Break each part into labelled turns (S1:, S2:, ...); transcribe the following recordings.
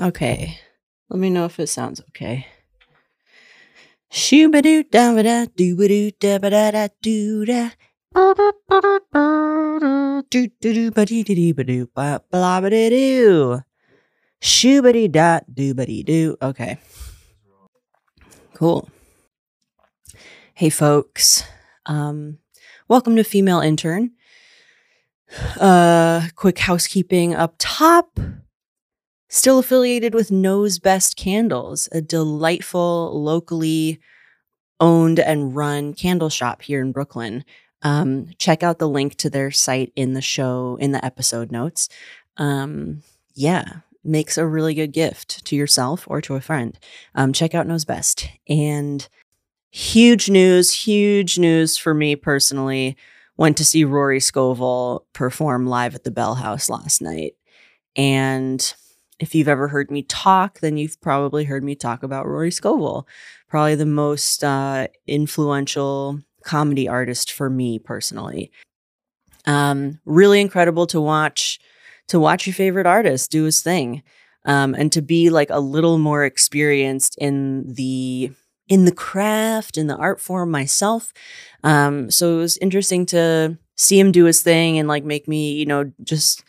S1: Okay. Let me know if it sounds okay. Shoo-ba-doo, da-ba-da, doo-ba-doo, da-ba-da-da, doo-da. Doo-doo-doo-ba-dee-dee-dee-ba-doo, ba- blah-ba-dee-doo. Shoo-ba-dee-da, doo-ba-dee-doo. Okay. Cool. Hey, folks. Um, welcome to Female Intern. Uh, quick housekeeping up top. Still affiliated with Nose Best Candles, a delightful, locally owned and run candle shop here in Brooklyn. Um, check out the link to their site in the show, in the episode notes. Um, yeah, makes a really good gift to yourself or to a friend. Um, check out Nose Best. And huge news, huge news for me personally. Went to see Rory Scovel perform live at the Bell House last night. And if you've ever heard me talk, then you've probably heard me talk about Rory Scovel, probably the most uh, influential comedy artist for me personally. Um, really incredible to watch to watch your favorite artist do his thing, um, and to be like a little more experienced in the in the craft in the art form myself. Um, so it was interesting to see him do his thing and like make me, you know, just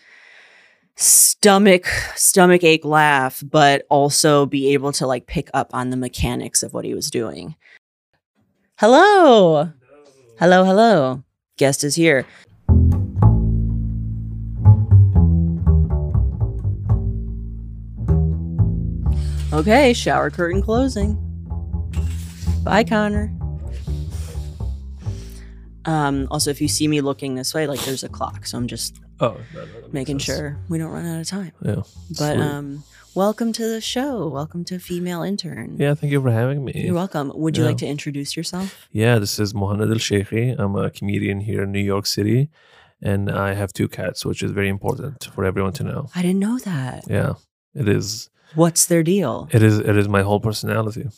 S1: stomach stomach ache laugh but also be able to like pick up on the mechanics of what he was doing hello hello hello guest is here okay shower curtain closing bye connor um also if you see me looking this way like there's a clock so i'm just
S2: Oh, no, no, that
S1: making
S2: makes sense.
S1: sure we don't run out of time
S2: Yeah.
S1: But
S2: Sweet.
S1: um, welcome to the show. Welcome to Female Intern.
S2: yeah, thank you for having me.
S1: You're welcome. Would you like to
S2: Yeah.
S1: introduce yourself?
S2: Yeah, this is Mohamed El Sheikhi. I'm a comedian here in New York City, and I have two cats, which is very important for everyone to know.
S1: I didn't know that.
S2: Yeah, it is.
S1: What's their deal?
S2: It is. It is my whole personality.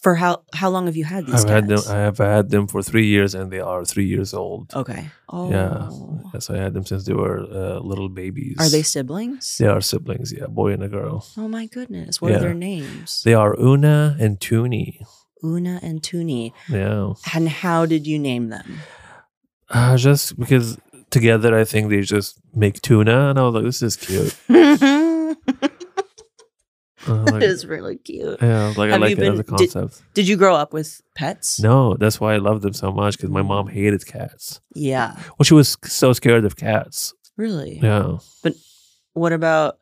S1: For how how long have you had these
S2: I've had them.
S1: cats?
S2: I have had them for three years, and they are three years old.
S1: okay. Oh.
S2: Yeah. Yes, I had them since they were uh, little babies.
S1: Are they siblings?
S2: They are siblings. Yeah, boy and a girl.
S1: Oh my goodness. What are
S2: Yeah.
S1: their names?
S2: They are Una and Toonie.
S1: Una and Tuni.
S2: Yeah.
S1: And how did you name them?
S2: Uh, just because together, I think they just make tuna, and I was like, "This is cute."
S1: that
S2: Uh, like,
S1: is really cute.
S2: yeah, like I
S1: Have you
S2: like it as
S1: been-
S2: a
S1: did-
S2: concept.
S1: Did you grow up with pets?
S2: no, that's why I love them so much because my mom hated cats.
S1: Yeah.
S2: Well, she was so scared of cats.
S1: Really?
S2: Yeah,
S1: What about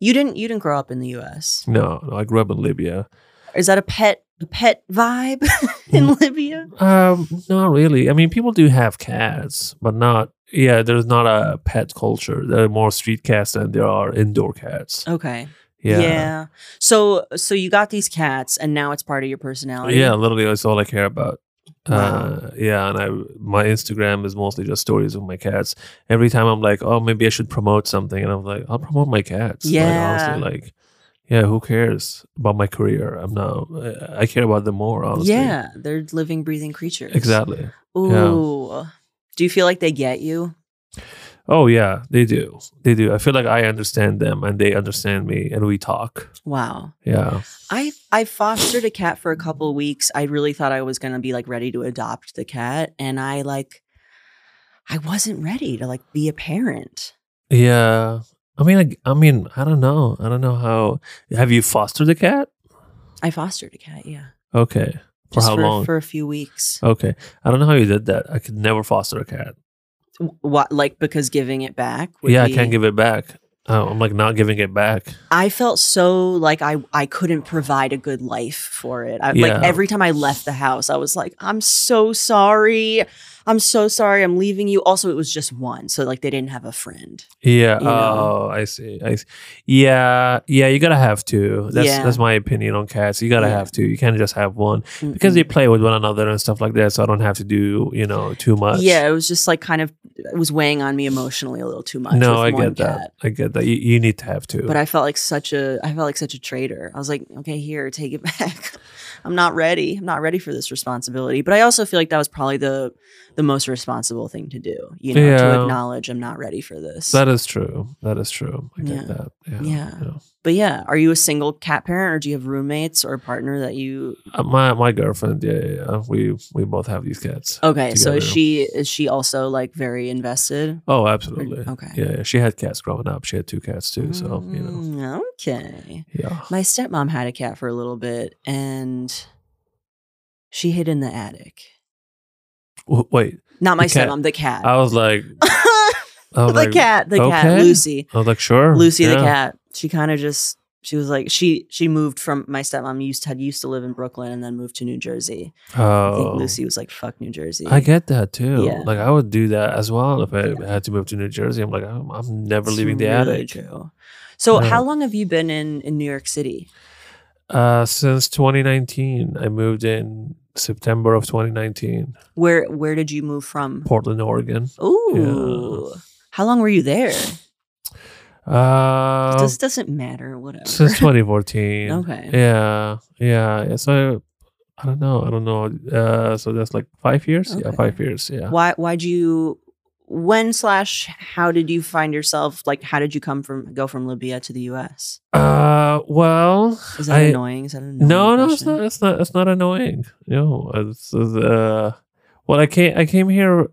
S1: you didn't you didn't grow up in the US?
S2: no, no I grew up in Libya.
S1: Is that a pet a pet vibe in Libya?
S2: Um, not really. I mean, people do have cats, but not. Yeah, there's not a pet culture. There are more street cats than there are indoor cats.
S1: Okay.
S2: Yeah.
S1: So so you got these cats and now it's part of your personality.
S2: Yeah, literally, that's all I care about.
S1: Wow.
S2: Uh, yeah, and I my Instagram is mostly just stories of my cats. Every time I'm like, oh, maybe I should promote something, and I'm like, I'll promote my cats.
S1: Yeah.
S2: like, honestly, like, yeah, who cares about my career? I'm not. I, I care about them more, honestly.
S1: Yeah, they're living breathing creatures.
S2: exactly.
S1: Ooh. Do you feel like they get you?
S2: Oh yeah, they do. They do. I feel like I understand them, and they understand me, and we talk.
S1: Wow.
S2: Yeah.
S1: I I fostered a cat for a couple weeks. I really thought I was going to be like ready to adopt the cat and I like I wasn't ready to like be a parent.
S2: Yeah. I mean, I, I mean, I don't know. I don't know how. Have you fostered a cat?
S1: I fostered a cat, yeah.
S2: Okay. For
S1: Just
S2: how
S1: for,
S2: long?
S1: for a few weeks.
S2: Okay. I don't know how you did that. I could never foster a cat.
S1: W- What like because giving it back? would
S2: yeah,
S1: be-
S2: I can't give it back. Oh, I'm like not giving it back.
S1: I felt so like I I couldn't provide a good life for it. I,
S2: Yeah.
S1: Like every time I left the house, I was like, I'm so sorry. I'm so sorry. I'm leaving you. Also, it was just one, so like they didn't have a friend.
S2: Yeah.
S1: You know?
S2: Oh, I see. I see. Yeah. Yeah. You gotta have two. That's
S1: Yeah.
S2: that's my opinion on cats. You gotta
S1: Yeah. Mm-hmm.
S2: have two. You can't just have one because they play with one another and stuff like that. So I don't have to do you know too much.
S1: yeah, it was just like kind of it was weighing on me emotionally a little too much.
S2: No,
S1: with
S2: I
S1: one
S2: get that.
S1: cat.
S2: I get that. You, you need to have two.
S1: But I felt like such a I felt like such a traitor. I was like, okay, here, take it back. I'm not ready. I'm not ready for this responsibility. But I also feel like that was probably the the most responsible thing to do, you know, to
S2: Yeah.
S1: acknowledge I'm not ready for this.
S2: That is true. That is true. I
S1: Yeah.
S2: get that. Yeah.
S1: Yeah. but yeah, are you a single cat parent or do you have roommates or a partner that you
S2: Uh, my my girlfriend. Yeah, yeah, yeah. We we both have these cats.
S1: Okay, so is
S2: Together.
S1: she is she also like very invested?
S2: Oh, absolutely.
S1: Okay.
S2: Yeah, yeah. She had cats growing up. She had two cats too. So you know.
S1: Mm, Okay.
S2: Yeah.
S1: My stepmom had a cat for a little bit and she hid in the attic.
S2: W- Wait.
S1: Not my
S2: The cat.
S1: stepmom, the cat.
S2: I was like. I
S1: the
S2: was like,
S1: cat, the cat,
S2: okay.
S1: Lucy.
S2: I was like, sure.
S1: Lucy the
S2: yeah.
S1: cat. She kind of just she was like she she moved from my stepmom used had used to live in Brooklyn and then moved to New Jersey. I think
S2: Oh.
S1: Lucy was like fuck New Jersey.
S2: I get that too.
S1: Yeah.
S2: Like I would do that as well if I had to move to New Jersey. I'm like, I'm, I'm never
S1: It's
S2: leaving the
S1: really
S2: attic.
S1: True. So
S2: Yeah.
S1: how long have you been in in New York City?
S2: Uh, since 2019, I moved in September of 2019,
S1: Where where did you move from?
S2: Portland, Oregon.
S1: Ooh. How long were you there?
S2: Uh,
S1: this doesn't matter, whatever.
S2: since 2014.
S1: Okay.
S2: Yeah, yeah. yeah. So I don't know. I don't know. Uh, so that's like five years. Yeah,
S1: Okay.
S2: five years. Yeah.
S1: Why why'd you when slash how did you find yourself like how did you come from go from Libya to the US?
S2: Uh, well,
S1: Is that
S2: I-
S1: annoying? Is that an annoying?
S2: no, no, it's
S1: question?
S2: not. It's not. It's not annoying. No, it's, it's, uh, well, I came. I came here.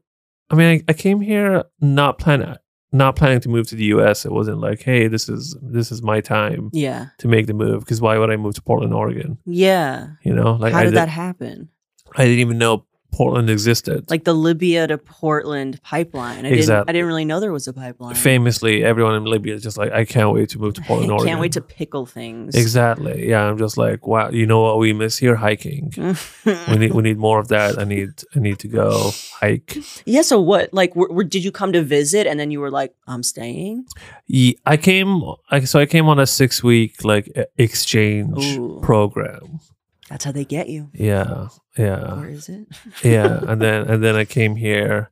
S2: I mean, I, I came here not plan not planning to move to the U.S. It wasn't like, hey, this is this is my time
S1: Yeah.
S2: to make the move. Because why would I move to Portland, Oregon?
S1: Yeah.
S2: You know, like
S1: How
S2: I
S1: did
S2: di-
S1: that happen?
S2: I didn't even know Portland existed.
S1: Like the Libya to Portland pipeline. I didn't I
S2: Exactly.
S1: didn't really know there was a pipeline.
S2: famously, everyone in Libya is just like, I can't wait to move to
S1: I
S2: Portland, Oregon.
S1: can't wait to pickle things.
S2: Exactly. Yeah, I'm just like, wow. You know what we miss here? Hiking. we need we need more of that. I need I need to go hike.
S1: yeah, so what? Like, were, were, did you come to visit and then you were like, I'm staying?
S2: Ye- I came. I, so I came on a six week like e- exchange
S1: Ooh.
S2: program.
S1: That's how they get you.
S2: Yeah, yeah,
S1: Where is it?
S2: yeah. and then and then I came here.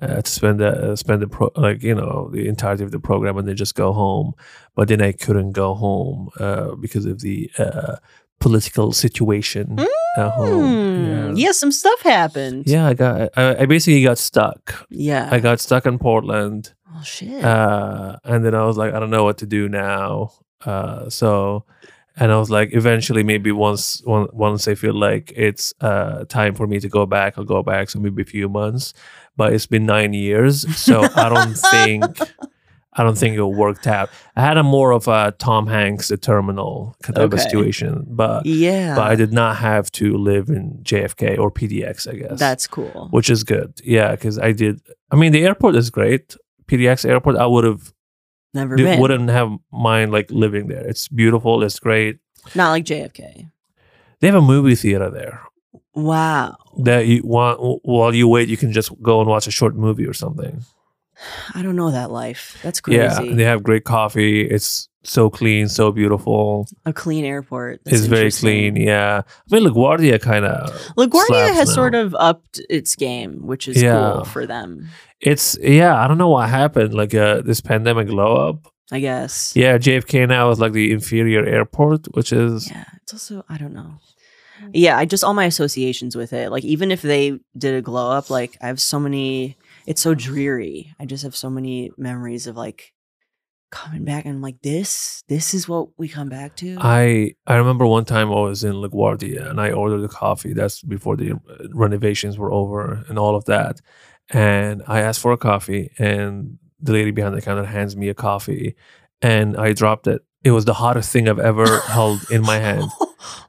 S2: Uh, to spend the uh, spend the pro- like you know the entirety of the program and then just go home, but then I couldn't go home uh, because of the uh, political situation at home.
S1: Hmm. Yeah, some stuff happened.
S2: oh, Yeah, I got. I, I basically got stuck.
S1: Yeah.
S2: I got stuck in Portland,
S1: oh, shit.
S2: uh, and then I was like, I don't know what to do now. Uh, so, and I was like, eventually, maybe once on- once I feel like it's uh, time for me to go back, I'll go back. So maybe a few months, but it's been nine years, so I don't think. I don't think it worked out. I had a more of a Tom Hanks, the terminal kind of a
S1: Okay.
S2: situation, but
S1: yeah.
S2: but I did not have to live in JFK or PDX, I guess
S1: That's cool.
S2: which is good. Yeah, because I did. I mean, the airport is great. PDX airport, I would have
S1: Never been.
S2: wouldn't have mind like living there. It's beautiful. It's great.
S1: Not like JFK.
S2: They have a movie theater there
S1: Wow.
S2: that you want while you wait, you can just go and watch a short movie or something.
S1: I don't know that life. That's crazy.
S2: Yeah, and they have great coffee. It's so clean, so beautiful.
S1: A clean airport. That's
S2: it's very
S1: interesting.
S2: clean. Yeah, I mean LaGuardia kind of.
S1: LaGuardia
S2: slaps
S1: has
S2: now.
S1: sort of upped its game, which is
S2: Yeah.
S1: cool for them,
S2: It's yeah. I don't know what happened. Like uh, this pandemic glow up.
S1: I guess.
S2: Yeah, JFK now is like the inferior airport, which is
S1: Yeah, It's also, I don't know. Yeah. I just, all my associations with it, like, even if they did a glow up, like, I have so many, it's so dreary. I just have so many memories of like coming back and I'm like, this, this is what we come back to.
S2: I I remember one time I was in LaGuardia and I ordered a coffee. That's before the uh, renovations were over and all of that. And I asked for a coffee, and the lady behind the counter hands me a coffee, and I dropped it. It was the hottest thing I've ever held in my hand.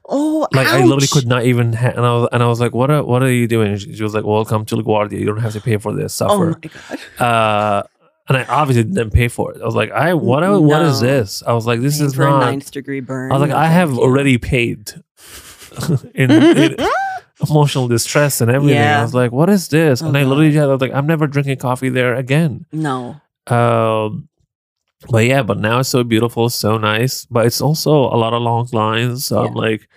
S1: oh,
S2: Like I literally
S1: ouch.
S2: could not even. Ha- and I was and I was like, "What are what are you doing?" And She, she was like, "Welcome to LaGuardia. You don't have to pay for this.
S1: Oh
S2: Suffer."
S1: my God.
S2: uh, and I obviously didn't pay for it. I was like, "I what? are- What is
S1: No.
S2: this?" I was like, "This
S1: Paying
S2: is
S1: for
S2: not."
S1: a ninth degree burn.
S2: I was like,
S1: No,
S2: I
S1: thank
S2: have
S1: you.
S2: already paid in, in emotional distress and everything.
S1: Yeah.
S2: I was like, what is this?
S1: Oh,
S2: and I
S1: God.
S2: literally, had- I was like, I'm never drinking coffee there again.
S1: no.
S2: Um, but yeah, but now it's so beautiful, so nice. But it's also a lot of long lines. So I'm
S1: Yeah.
S2: like,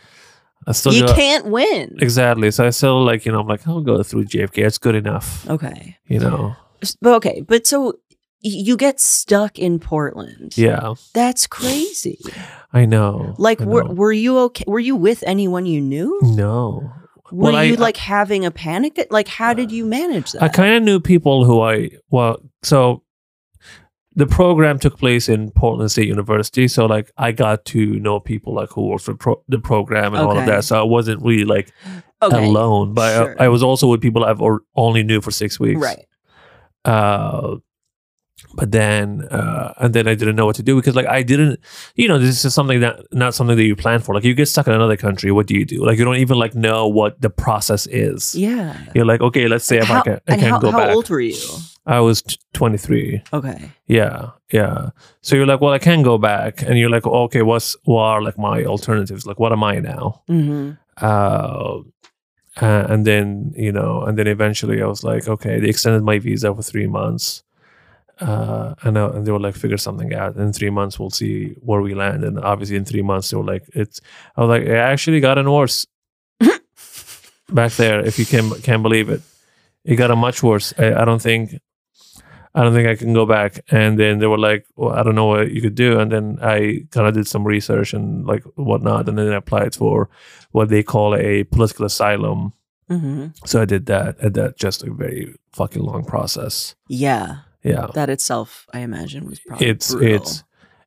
S2: I still
S1: you
S2: go-
S1: can't win.
S2: exactly. So I still like, you know, I'm like, I'll go through JFK. It's good enough.
S1: Okay.
S2: You know,
S1: S- but Okay, but so y- you get stuck in Portland.
S2: yeah,
S1: That's crazy.
S2: I know.
S1: Like
S2: I
S1: were,
S2: know.
S1: were you okay? Were you with anyone you knew?
S2: no,
S1: Were
S2: Well, I-
S1: you like having a panic? at- Like, how did you manage that?
S2: I kind of knew people who I well, so the program took place in Portland State University, so like I got to know people like who worked for pro- the program and all of
S1: Okay.
S2: that. So I wasn't really like alone, but I-
S1: sure.
S2: I, was also with people I've or- only knew for six weeks,
S1: right.
S2: Uh, but then uh, and then I didn't know what to do because like I didn't, you know, this is something that not something that you plan for. Like you get stuck in another country, what do you do? Like you don't even like know what the process is.
S1: Yeah.
S2: You're like, okay, let's say if
S1: how,
S2: I can, I
S1: and
S2: can
S1: how,
S2: go
S1: how
S2: back.
S1: old were you?
S2: I was t- 23.
S1: Okay.
S2: Yeah, yeah. So you're like, well, I can go back, and you're like, okay, what's what are like my alternatives? Like, what am I now?
S1: hmm
S2: Uh, uh, and then you know, and then eventually I was like, okay, they extended my visa for three months, uh, and I, and they were like, figure something out. In three months, we'll see where we land. And obviously, in three months, they were like, it's. I was like, it actually gotten worse back there. If you can can't believe it, it got much worse. I, I don't think. I don't think I can go back. And then they were like, well, I don't know what you could do. And then I kind of did some research and like whatnot. And then I applied for what they call a political asylum.
S1: hmm
S2: So I did that. And that just a very fucking long process.
S1: Yeah.
S2: Yeah.
S1: That itself, I imagine, was probably
S2: It's,
S1: brutal.
S2: it's,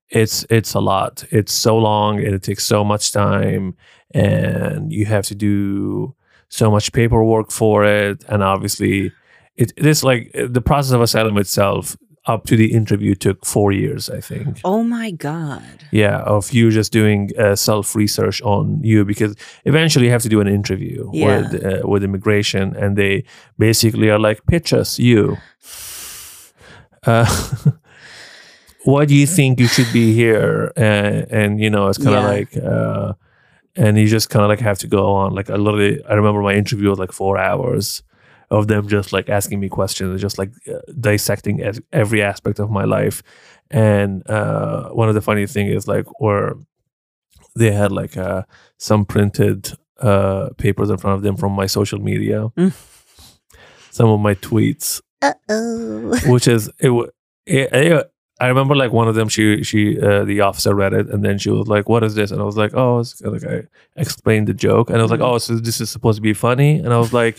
S2: it's, it's a lot. It's so long and it takes so much time. And you have to do so much paperwork for it. And obviously, it, it is like uh, the process of asylum itself up to the interview took four years, I think.
S1: Oh my god.
S2: yeah of you just doing uh, self research on you because eventually you have to do an interview
S1: Yeah.
S2: with uh, with immigration and they basically are like pitch us you uh, what do you think you should be here and, and you know it's kind of
S1: Yeah.
S2: like uh, and you just kind of like have to go on like a literally i remember my interview was like four hours of them just like asking me questions just like uh, dissecting as- every aspect of my life and uh, one of the funny thing is like where they had like uh, some printed uh, papers in front of them from my social media
S1: Mm.
S2: some of my tweets
S1: Uh oh.
S2: which is it, w- it, it- I remember like one of them she she uh, the officer read it and then she was like what is this and I was like oh it's like I explained the joke and I was like
S1: Mhm.
S2: oh so this is supposed to be funny and I was like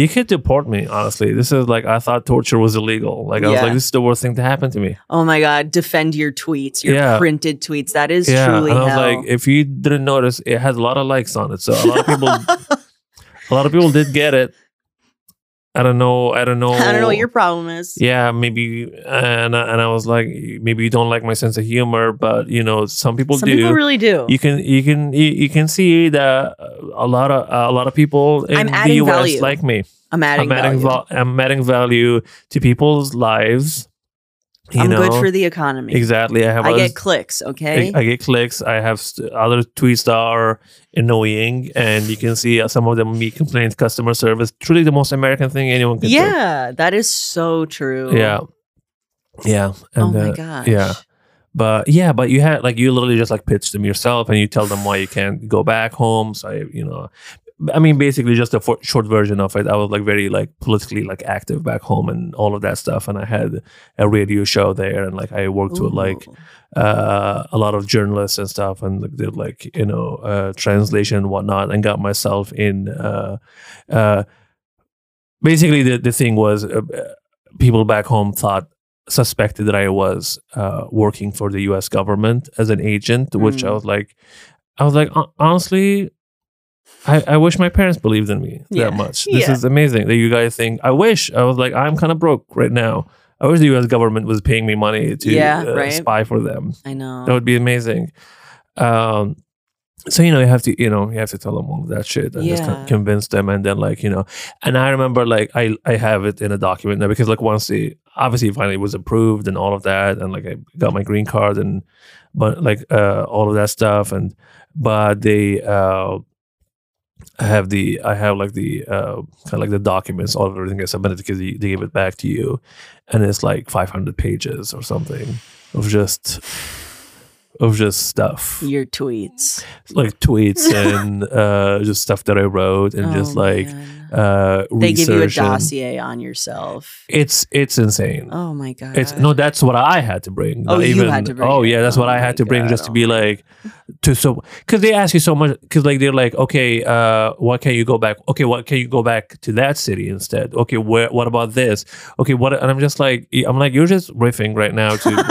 S2: you could deport me honestly this is like I thought torture was illegal like I was
S1: Yeah.
S2: like this is the worst thing to happen to me
S1: oh my god. Defend your tweets, your
S2: Yeah.
S1: printed tweets. That is
S2: yeah
S1: truly
S2: and I was
S1: hell.
S2: like if you didn't notice it has a lot of likes on it so a lot of people a lot of people did get it I don't know I don't know
S1: I don't know what your problem is.
S2: oh. yeah maybe and I, and I was like maybe you don't like my sense of humor but you know some people
S1: Some
S2: do
S1: people really do.
S2: you can you can you, you can see that a lot of a lot of people
S1: I'm
S2: in the
S1: adding
S2: US
S1: value.
S2: like me
S1: I'm adding,
S2: I'm adding
S1: value.
S2: val- I'm adding value to people's lives you
S1: I'm
S2: know
S1: good for the economy.
S2: exactly I have
S1: I
S2: other-
S1: get clicks. Okay.
S2: I, I get clicks. I have st- other tweets that are annoying, and you can see uh, some of them me complain customer service. Truly, the most American thing anyone can do.
S1: yeah, that is so true.
S2: Yeah. Yeah. And
S1: oh
S2: uh,
S1: my gosh.
S2: yeah. But yeah, but you had like you literally just like pitch them yourself and you tell them why you can't go back home. So I, you know, I mean, basically just a for- short version of it. I was like very like politically like active back home and all of that stuff. And I had a radio show there and like I worked with like
S1: Ooh.
S2: uh, a lot of journalists and stuff and like, did like you know uh, translation and whatnot and got myself in uh, uh, basically the, the thing was uh, uh, people back home thought suspected that i was uh, working for the us government as an agent which i
S1: Mm.
S2: was like i was like "Hon- honestly I, I wish my parents believed in me
S1: Yeah.
S2: that much. This
S1: Yeah.
S2: is amazing that you guys think. I wish I was like I'm kind of broke right now. I wish the U.S. government was paying me money to
S1: Yeah,
S2: uh,
S1: right. Uh-huh.
S2: spy for them.
S1: I know.
S2: That would be amazing. Um, so you know you have to you know you have to tell them all that shit and just con-
S1: Yeah.
S2: convince them and then like you know and I remember like I I have it in a document now because like once the obviously finally was approved and all of that and like I got my green card and but like uh all of that stuff and but they uh I have the I have like the uh kind of like the documents all of everything I submitted because they, they give it back to you and it's like 500 pages or something of just of just stuff,
S1: your tweets
S2: like tweets and uh, just stuff that I wrote and just
S1: Oh,
S2: like
S1: man.
S2: uh,
S1: they
S2: research.
S1: give you a
S2: and-
S1: dossier on yourself.
S2: It's it's insane.
S1: Oh my god!
S2: It's no, that's what I had to bring.
S1: Oh,
S2: not
S1: you had to bring
S2: Oh,
S1: it.
S2: yeah, that's what
S1: Oh
S2: I
S1: my
S2: had to bring just
S1: God,
S2: to be
S1: oh my-
S2: like, to so because they ask you so much because like they're like, okay, uh, what can you go back? Okay, what can you go back to that city instead? Okay, where? What about this? Okay, what? And I'm just like, I'm like, you're just riffing right now.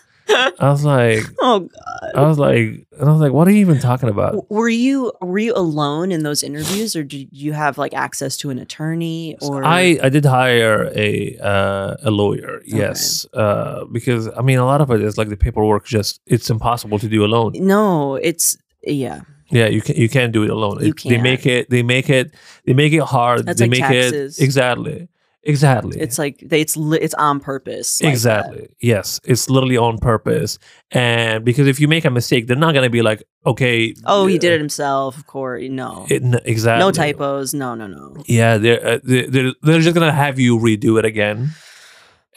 S2: To I was like,
S1: oh god!
S2: I was like, and I was like, what are you even talking about?
S1: W- Were you were you alone in those interviews, or did you have like access to an attorney? Or
S2: I I did hire a uh, a lawyer, yes, uh, because I mean a lot of it is like the paperwork. Just it's impossible to do alone.
S1: no, it's yeah.
S2: Yeah, you can you can't do it alone.
S1: You
S2: It- They make it they make it they make it hard.
S1: That's
S2: they
S1: like
S2: make
S1: taxes.
S2: it exactly. Exactly.
S1: It's like they, it's li- it's on purpose. like
S2: exactly. Yes. It's literally on purpose. And because if you make a mistake, they're not gonna be like, okay uh,
S1: that. Oh, he did it himself. Of course, no,
S2: it- n- exactly.
S1: no typos. No, no, no.
S2: Yeah, they're, uh, they're they're they're just gonna have you redo it again.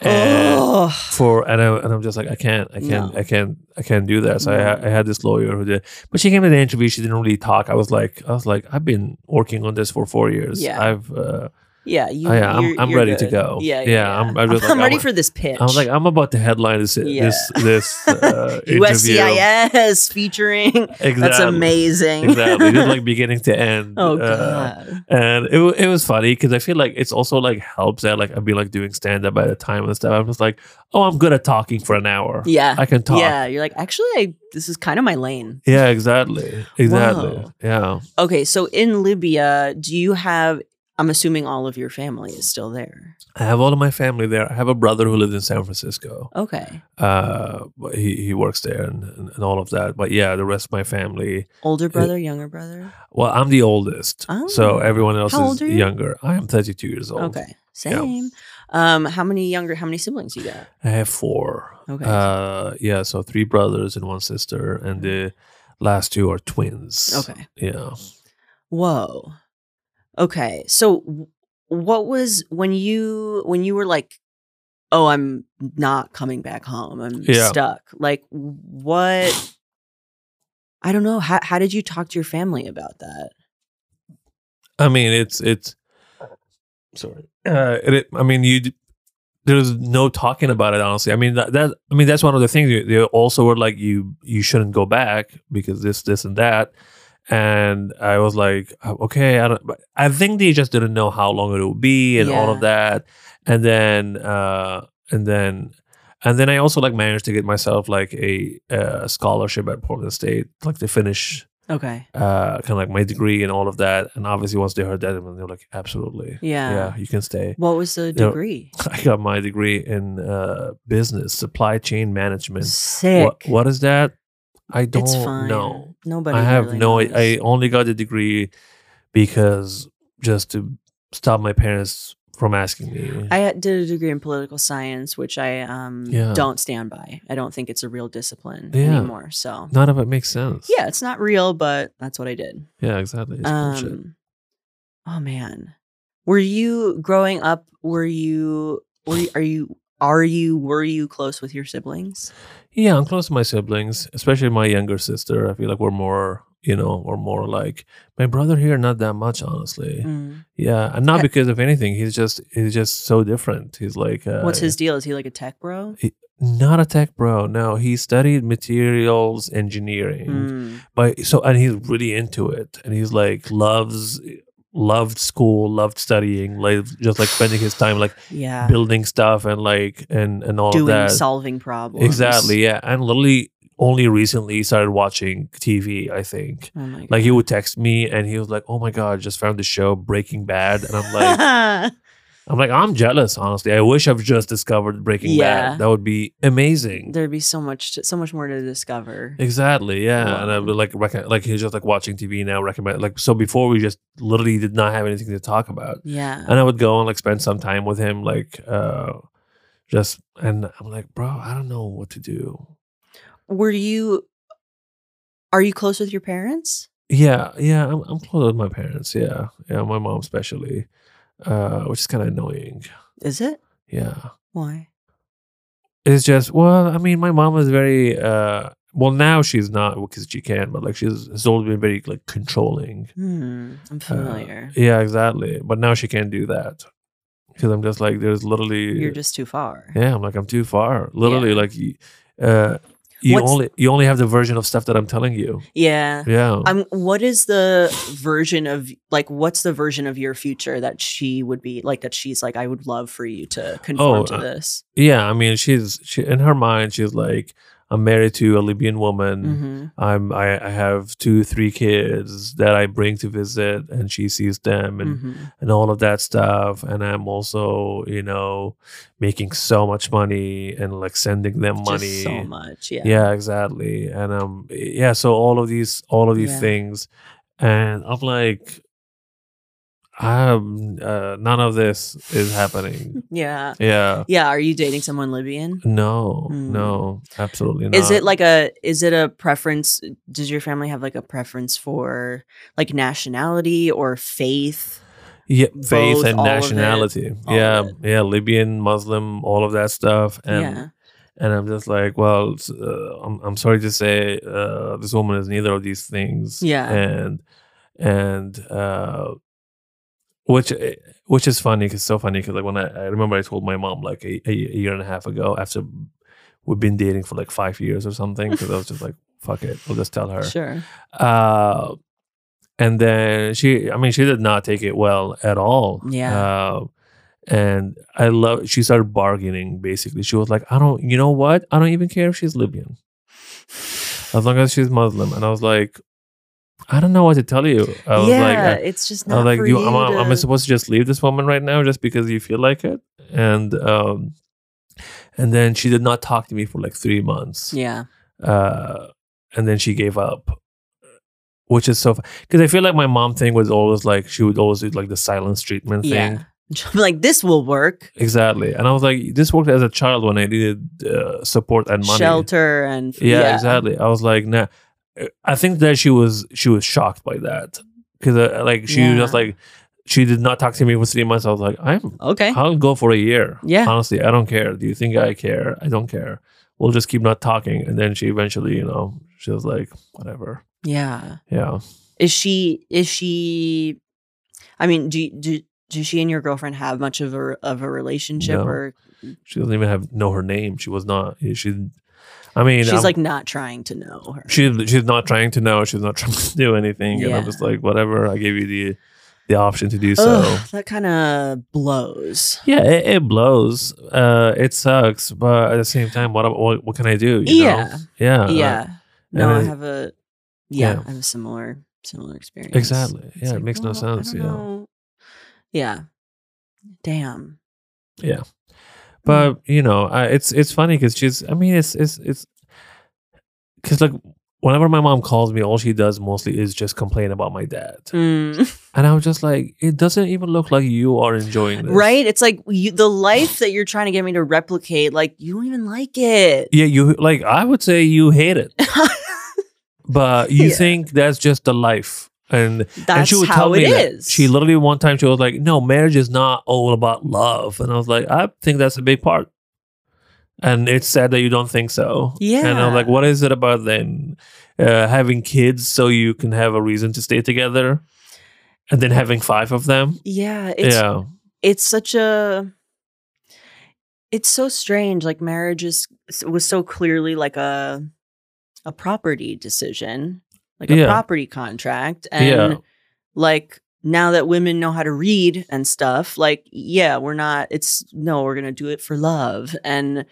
S2: And
S1: Oh,
S2: for and, I, and I'm just like I can't I can't
S1: No.
S2: I can't I can't do that. So
S1: No.
S2: I I had this lawyer who did, but she came to the interview. She didn't really talk. I was like I was like I've been working on this for four years.
S1: Yeah.
S2: I've uh,
S1: yeah, you.
S2: I, am
S1: you're-
S2: I'm
S1: you're
S2: ready to
S1: good.
S2: go.
S1: Yeah, yeah.
S2: yeah. I'm, I'm,
S1: I'm,
S2: just like,
S1: I'm ready
S2: wa-
S1: for this pitch.
S2: I was like I'm about to headline this this
S1: Yeah.
S2: this uh, interview.
S1: USCIS featuring.
S2: Exactly.
S1: That's amazing.
S2: exactly, just like beginning to end.
S1: oh
S2: Uh,
S1: god.
S2: and it, wa- it was funny because I feel like it's also like helps that like I'd be like doing stand up by the time and stuff. I'm just like, oh, I'm good at talking for an hour.
S1: Yeah.
S2: I can talk.
S1: Yeah, you're like actually, I, this is kind of my lane.
S2: Yeah, exactly. Exactly.
S1: Wow.
S2: Yeah.
S1: Okay, so in Libya, do you have? I'm assuming all of your family is still there.
S2: I have all of my family there. I have a brother who lives in San Francisco.
S1: Okay,
S2: Uh, but he, he works there and, and, and all of that. But yeah, the rest of my family.
S1: older brother, younger brother.
S2: Well, I'm the oldest.
S1: Oh.
S2: So everyone else
S1: How
S2: is
S1: old are you?
S2: younger. I am 32 years old.
S1: Okay, same. Um, how many younger? How many siblings you got?
S2: I have four.
S1: Okay,
S2: Uh, yeah, so three brothers and one sister. And the last two are twins.
S1: okay.
S2: Yeah.
S1: Whoa. Okay, so w- what was when you when you were like, oh, I'm not coming back home. I'm
S2: Yeah.
S1: stuck. Like what? I don't know. How how did you talk to your family about that?
S2: I mean, it's it's. Sorry. Uh, it, it- I mean, you. d- There's no talking about it, honestly. I mean, that, that I mean, that's one of the things. They- They also were like, you you shouldn't go back because this, this, and that. And I was like, uh, okay, I don't. but I think they just didn't know how long it would be and all of that. And then, uh, and then, and then I also like managed to get myself like a, uh scholarship at Portland State, like to finish
S1: Okay.
S2: uh, kind of like my degree and all of that. And obviously, once they heard that, they were like, absolutely.
S1: Yeah.
S2: Yeah, you can stay.
S1: What was the
S2: They're-
S1: degree?
S2: I got my degree in uh, business, supply chain management.
S1: Sick.
S2: What, what is that? I don't
S1: it's fine.
S2: know.
S1: Nobody.
S2: I have
S1: really
S2: no,
S1: knows.
S2: I only got the degree because just to stop my parents from asking me.
S1: I had- did a degree in political science, which I um,
S2: Yeah.
S1: don't stand by. I don't think it's a real discipline
S2: Yeah.
S1: anymore. So,
S2: None of it makes sense.
S1: yeah, it's not real, but that's what I did.
S2: Yeah, exactly. It's bullshit.
S1: Um, oh man, were you growing up? Were you? Were you, are you? Are you? Were you close with your siblings?
S2: Yeah, I'm close to my siblings, especially my younger sister. I feel like we're more, you know, we're more like my brother here. Not that much, honestly.
S1: Mm.
S2: Yeah, and not
S1: Ha-
S2: because of anything. He's just he's just so different. He's like uh,
S1: What's his deal? Is he like a tech bro?
S2: not a tech bro. No, he studied materials engineering,
S1: Mm.
S2: but so and he's really into it, and he's like loves loved school, loved studying, like just like spending his time like
S1: Yeah,
S2: building stuff and like and and all
S1: doing
S2: of that.
S1: solving problems.
S2: Exactly. Yeah, and literally only recently started watching TV. I think
S1: Oh my
S2: like he would text me and he was like, "Oh my god, just found the show Breaking Bad," and I'm like. I'm like, I'm jealous, honestly. I wish I've just discovered Breaking
S1: Yeah.
S2: Bad. That would be amazing.
S1: there'd be so much to, so much more to discover
S2: exactly. Yeah. And
S1: Wow.
S2: I'd be like, rec- like he's just like watching TV now, recommend like so. Before we just literally did not have anything to talk about,
S1: yeah
S2: and I would go and like spend some time with him, like uh, just and I'm like, bro, I don't know what to do.
S1: were you are you close with your parents
S2: Yeah, yeah, I'm, I'm close with my parents. Yeah, yeah, my mom especially, uh, which is kind of annoying.
S1: is it
S2: Yeah.
S1: why
S2: it's just well i mean my mom is very uh well now she's not because she can, but like she's has always been very like controlling.
S1: Hmm, I'm
S2: Uh,
S1: familiar.
S2: Yeah, exactly. But now she can't do that because I'm just like there's literally
S1: You're just too far.
S2: yeah. I'm like I'm too far. Literally, like y- uh, you
S1: What's-
S2: only you only have the version of stuff that I'm telling you.
S1: Yeah.
S2: Yeah.
S1: Um, what is the version of like what's the version of your future that she would be like that she's like I would love for you to conform
S2: Oh,
S1: to
S2: uh,
S1: this.
S2: yeah. I mean, she's she, in her mind. She's like I'm married to a Libyan woman.
S1: hmm
S2: I'm I, I have two three kids that I bring to visit and she sees them
S1: Mm.
S2: and,
S1: mm-hmm.
S2: and all of that stuff and I'm also you know making so much money and like sending them money
S1: Just so much. Yeah.
S2: yeah. exactly and um yeah so all of these all of these
S1: Yeah.
S2: things and I'm like I'm uh, none of this is happening
S1: Yeah.
S2: yeah
S1: Yeah. Are you dating someone Libyan?
S2: no
S1: Mm.
S2: no absolutely not
S1: Is it like a is it a preference? Does your family have like a preference for like nationality or faith?
S2: yeah faith
S1: both,
S2: and
S1: all of it,
S2: nationality
S1: all of
S2: yeah
S1: it.
S2: yeah libyan muslim all of that stuff and
S1: yeah.
S2: and i'm just like well s- uh, I'm, I'm sorry to say uh, this woman is neither of these things
S1: Yeah.
S2: and and uh which eh, which is funny because so funny because like when I, I remember i told my mom like a, a year and a half ago after we've been dating for like five years or something because i was just like fuck it i'll just tell her
S1: Sure.
S2: uh, and then she, I mean, she did not take it well at all.
S1: Yeah.
S2: Uh, and I love, she started bargaining basically. She was like, I don't, you know what? I don't even care if she's Libyan, as long as she's Muslim. And I was like, I don't know what to tell you. I was
S1: yeah.
S2: like, I-
S1: it's just not
S2: I was like,
S1: for
S2: do
S1: you.
S2: you, am, I, am I
S1: to-
S2: supposed to just leave this woman right now just because you feel like it? And, um, and then she did not talk to me for like three months
S1: yeah.
S2: uh, and then she gave up, which is so because I feel like my mom thing was always like she would always do like the silence treatment
S1: Yeah.
S2: thing
S1: I'm like this will work.
S2: exactly, and I was like this worked as a child when I needed uh, support and money.
S1: Shelter and
S2: Yeah, exactly. I was like, nah. I think that she was she was shocked by that because uh, like she was just
S1: Yeah.
S2: like she did not talk to me for three months. I was like, I'm
S1: Okay.
S2: I'll go for a year.
S1: Eh? Yeah.
S2: Honestly, I don't care. Do you think I care? I don't care. We'll just keep not talking. And then she eventually, you know, she was like, whatever.
S1: Yeah.
S2: Yeah.
S1: Is she is she I mean, do do do she and your girlfriend have much of a of a relationship
S2: No.
S1: or
S2: She doesn't even have know her name. She was not. eh, She. I mean,
S1: she's
S2: I'm-
S1: like not trying to know her?
S2: she she's not trying to know. She's not trying to do anything. And
S1: Yeah.
S2: I'm just like, whatever. I gave you the the option to do so.
S1: Ugh, that kind of blows.
S2: Yeah, it, it blows. Uh, it sucks, but at the same time, what am- what, what can I do? you know?
S1: Yeah.
S2: yeah,
S1: yeah. No,
S2: Uh-uh. and
S1: I
S2: it-
S1: have a yeah,
S2: yeah.
S1: I have a similar similar experience.
S2: Exactly. Yeah,
S1: It's
S2: it
S1: like,
S2: makes no
S1: well, I
S2: sense.
S1: don't
S2: Yeah,
S1: know. Yeah. Damn. Mm.
S2: yeah. But you know, I, it's it's funny because she's. I mean, it's it's it's because like whenever my mom calls me, all she does mostly is just complain about my dad,
S1: Mm.
S2: and I was just like, it doesn't even look like you are enjoying this,
S1: Right? It's like you, the life that you're trying to get me to replicate, like you don't even like it.
S2: Yeah, you like. I would say you hate it, but you
S1: Yeah.
S2: think that's just the life, and and
S1: That's
S2: she would
S1: how
S2: tell
S1: it
S2: me that.
S1: is.
S2: She literally one time she was like, "No, marriage is not all about love," and I was like, "I think that's a big part." And it's sad that you don't think so. And I
S1: Yeah.
S2: was like, "What is it about then uh, having kids so you can have a reason to stay together, and then having five of them?"
S1: yeah, it's
S2: yeah,
S1: it's such a it's so strange like marriage is was so clearly like a a property decision like a
S2: Yeah.
S1: property contract and
S2: Yeah.
S1: like now that women know how to read and stuff like yeah we're not it's no we're going to do it for love and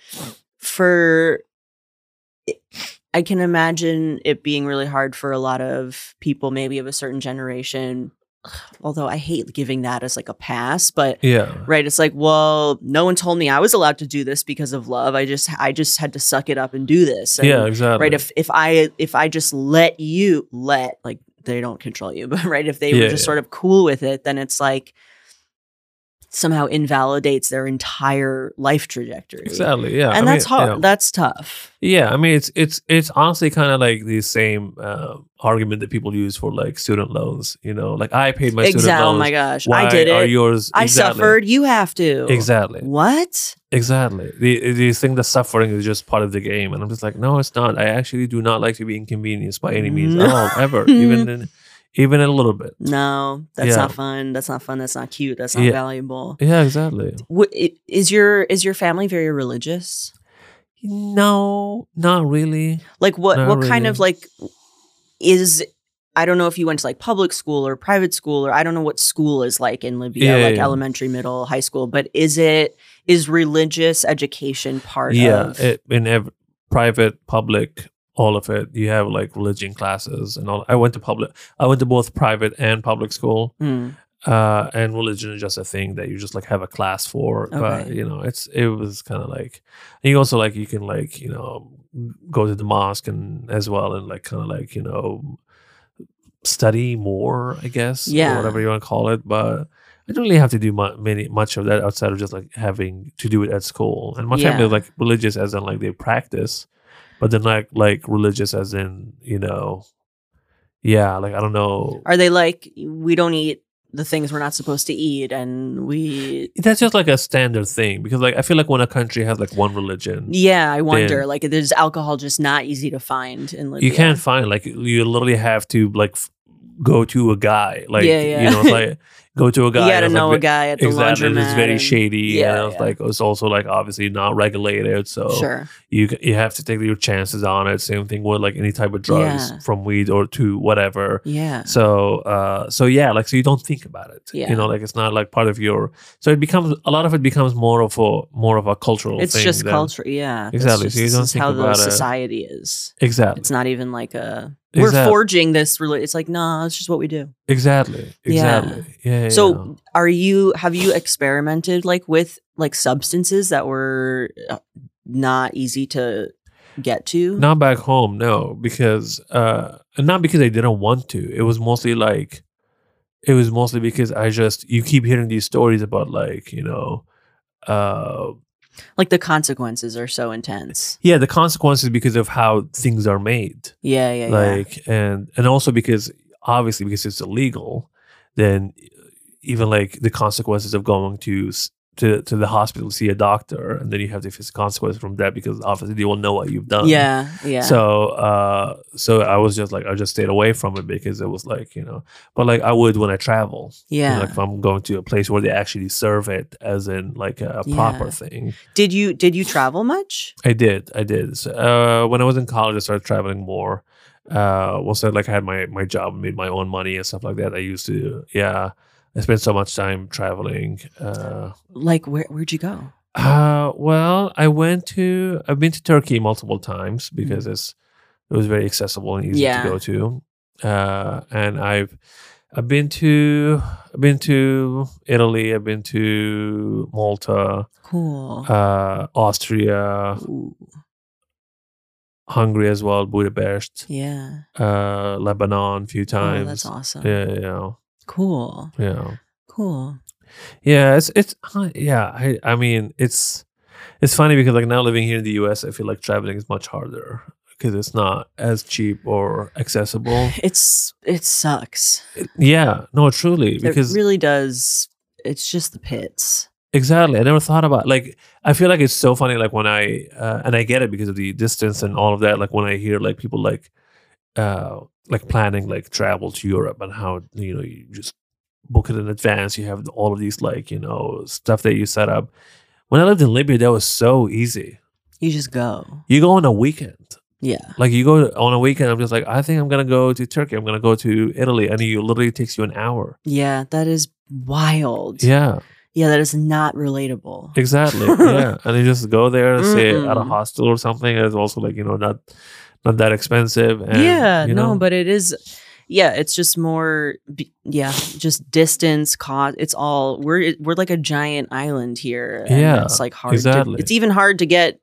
S1: for i can imagine it being really hard for a lot of people maybe of a certain generation although i hate giving that as like a pass but
S2: yeah,
S1: right it's like well no one told me i was allowed to do this because of love i just i just had to suck it up and do this And,
S2: yeah, exactly.
S1: right if if i if i just let you let like they don't control you but right if they were
S2: Yeah,
S1: just
S2: yeah.
S1: sort of cool with it then it's like somehow invalidates their entire life trajectory.
S2: Exactly. Yeah.
S1: And
S2: I
S1: that's
S2: mean,
S1: hard.
S2: yeah.
S1: That's tough.
S2: Yeah, I mean it's it's it's honestly kind of like the same uh, argument that people use for like student loans. You know, like I paid my student
S1: Exactly. Oh
S2: loans.
S1: my gosh.
S2: Why
S1: I did
S2: Are
S1: it.
S2: yours?
S1: I
S2: Exactly.
S1: suffered. You have to.
S2: Exactly.
S1: What?
S2: Exactly. The the thing that suffering is just part of the game, and I'm just like, no, it's not. I actually do not like to be inconvenienced by any means at all, ever, even in, even in a little bit.
S1: No, that's
S2: Yeah.
S1: not fun. That's not fun. That's not cute. That's not
S2: Yeah.
S1: valuable.
S2: Yeah, exactly.
S1: Wh- i- Is your is your family very religious?
S2: No, not really.
S1: Like what
S2: Not
S1: what kind
S2: really.
S1: of like is I don't know if you went to like public school or private school or I don't know what school is like in Libya,
S2: Yeah, yeah,
S1: like
S2: yeah.
S1: elementary, middle, high school, but is it is religious education part
S2: Yeah,
S1: of
S2: it, in ev private, public, all of it. You have like religion classes and all. I went to public. I went to both private and public school,
S1: Hmm.
S2: uh, and religion is just a thing that you just like have a class for. But
S1: Okay.
S2: you know, it's it was kind of like you also like you can like you know go to the mosque and as well and like kind of like you know study more, I guess,
S1: Yeah.
S2: or whatever you want to call it, but. I don't really have to do mu- many much of that outside of just like having to do it at school. And my family
S1: Yeah.
S2: is like religious as in like they practice, but they're not like religious as in you know, yeah, like I don't know.
S1: Are they like we don't eat the things we're not supposed to eat and we
S2: That's just like a standard thing because like I feel like when a country has like one religion,
S1: yeah, I wonder. Like, is alcohol just not easy to find in Libya?
S2: you can't find like you literally have to like f- go to a guy like
S1: Yeah, yeah.
S2: you know it's like go to a
S1: You
S2: guy.
S1: got to
S2: and it's, like,
S1: know
S2: ve-
S1: a guy at the
S2: Exactly,
S1: laundromat.
S2: it's very
S1: and-
S2: shady,
S1: Yeah,
S2: and it's
S1: yeah.
S2: like it's also like obviously not regulated, so
S1: Sure.
S2: you g- you have to take your chances on it. Same thing with like any type of drugs
S1: Yeah.
S2: from weed or to whatever.
S1: Yeah.
S2: So uh so yeah, like so you don't think about it.
S1: Yeah.
S2: You know, like it's not like part of your so it becomes a lot of it becomes more of a more of a cultural
S1: It's
S2: thing
S1: just
S2: than-
S1: culture. Yeah. That's
S2: Exactly, so you
S1: this
S2: don't
S1: is
S2: think
S1: how the
S2: about it.
S1: society is.
S2: Exactly.
S1: It's not even like a we're
S2: Exact-
S1: forging this. Rela- it's like nah, it's just what we do.
S2: exactly.
S1: Yeah.
S2: Exactly. Yeah. yeah, yeah.
S1: So, are you? Have you experimented like with like substances that were uh, not easy to get to?
S2: Not back home, no, because uh and not because I didn't want to. It was mostly like it was mostly because I just you keep hearing these stories about like, you know, uh
S1: Like the consequences are so intense.
S2: yeah, the consequences because of how things are made.
S1: Yeah, yeah,
S2: like and and also because obviously because it's illegal then even like the consequences of going to s- to, to the hospital to see a doctor and then you have to face consequences from that because obviously they will know what you've
S1: yeah,
S2: done
S1: yeah, yeah.
S2: um, so uh so i was just like i just stayed away from it because it was like you know but like i would when i travel You know,
S1: yeah.
S2: like if i'm going to a place where they actually serve it as in like a
S1: Yeah.
S2: proper thing
S1: did you did you travel much?
S2: I did. I did. So, uh, when I was in college, I started traveling more. Uh, once I like had my my job, made my own money and stuff like that. I used to, yeah. I spent so much time traveling. Uh,
S1: Like where where'd you go?
S2: uh, well, I went to. I've been to Turkey multiple times because it's it was very accessible and easy
S1: Yeah.
S2: to go to. Uh, and I've I've been to I've been to Italy. I've been to Malta,
S1: Cool.
S2: uh, Austria,
S1: Ooh,
S2: Hungary as well, Budapest,
S1: yeah.
S2: uh, Lebanon a few times.
S1: Oh, that's awesome.
S2: Yeah, yeah,
S1: Cool.
S2: yeah,
S1: Cool.
S2: yeah. It's it's uh, yeah. I I mean it's it's funny because like now living here in the U.S., I feel like traveling is much harder because it's not as cheap or accessible.
S1: It's it sucks.
S2: It- yeah, no, truly because
S1: it really does. It's just the pits.
S2: Exactly. I never thought about like I feel like it's so funny like when I uh, and I get it because of the distance and all of that like when I hear like people like uh like planning like travel to Europe and how you know you just book it in advance you have all of these like you know stuff that you set up. When I lived in Libya that was so easy.
S1: You just go.
S2: You go on a weekend.
S1: Yeah.
S2: Like you go on a weekend I'm just like I think I'm going to go to Turkey. I'm going to go to Italy and it literally takes you an hour.
S1: Yeah. That is wild.
S2: Yeah.
S1: Yeah. That is not relatable.
S2: Exactly. yeah, and you just go there and stay at a
S1: Mm-mm.
S2: hostel or something. It's also like you know not not that expensive. And,
S1: yeah.
S2: you
S1: No,
S2: know,
S1: but it is. Yeah. It's just more. be- Yeah. Just distance, cost. It's all. We're we're like a giant island here. and
S2: Yeah,
S1: It's like hard. To,
S2: exactly.
S1: it's even hard to get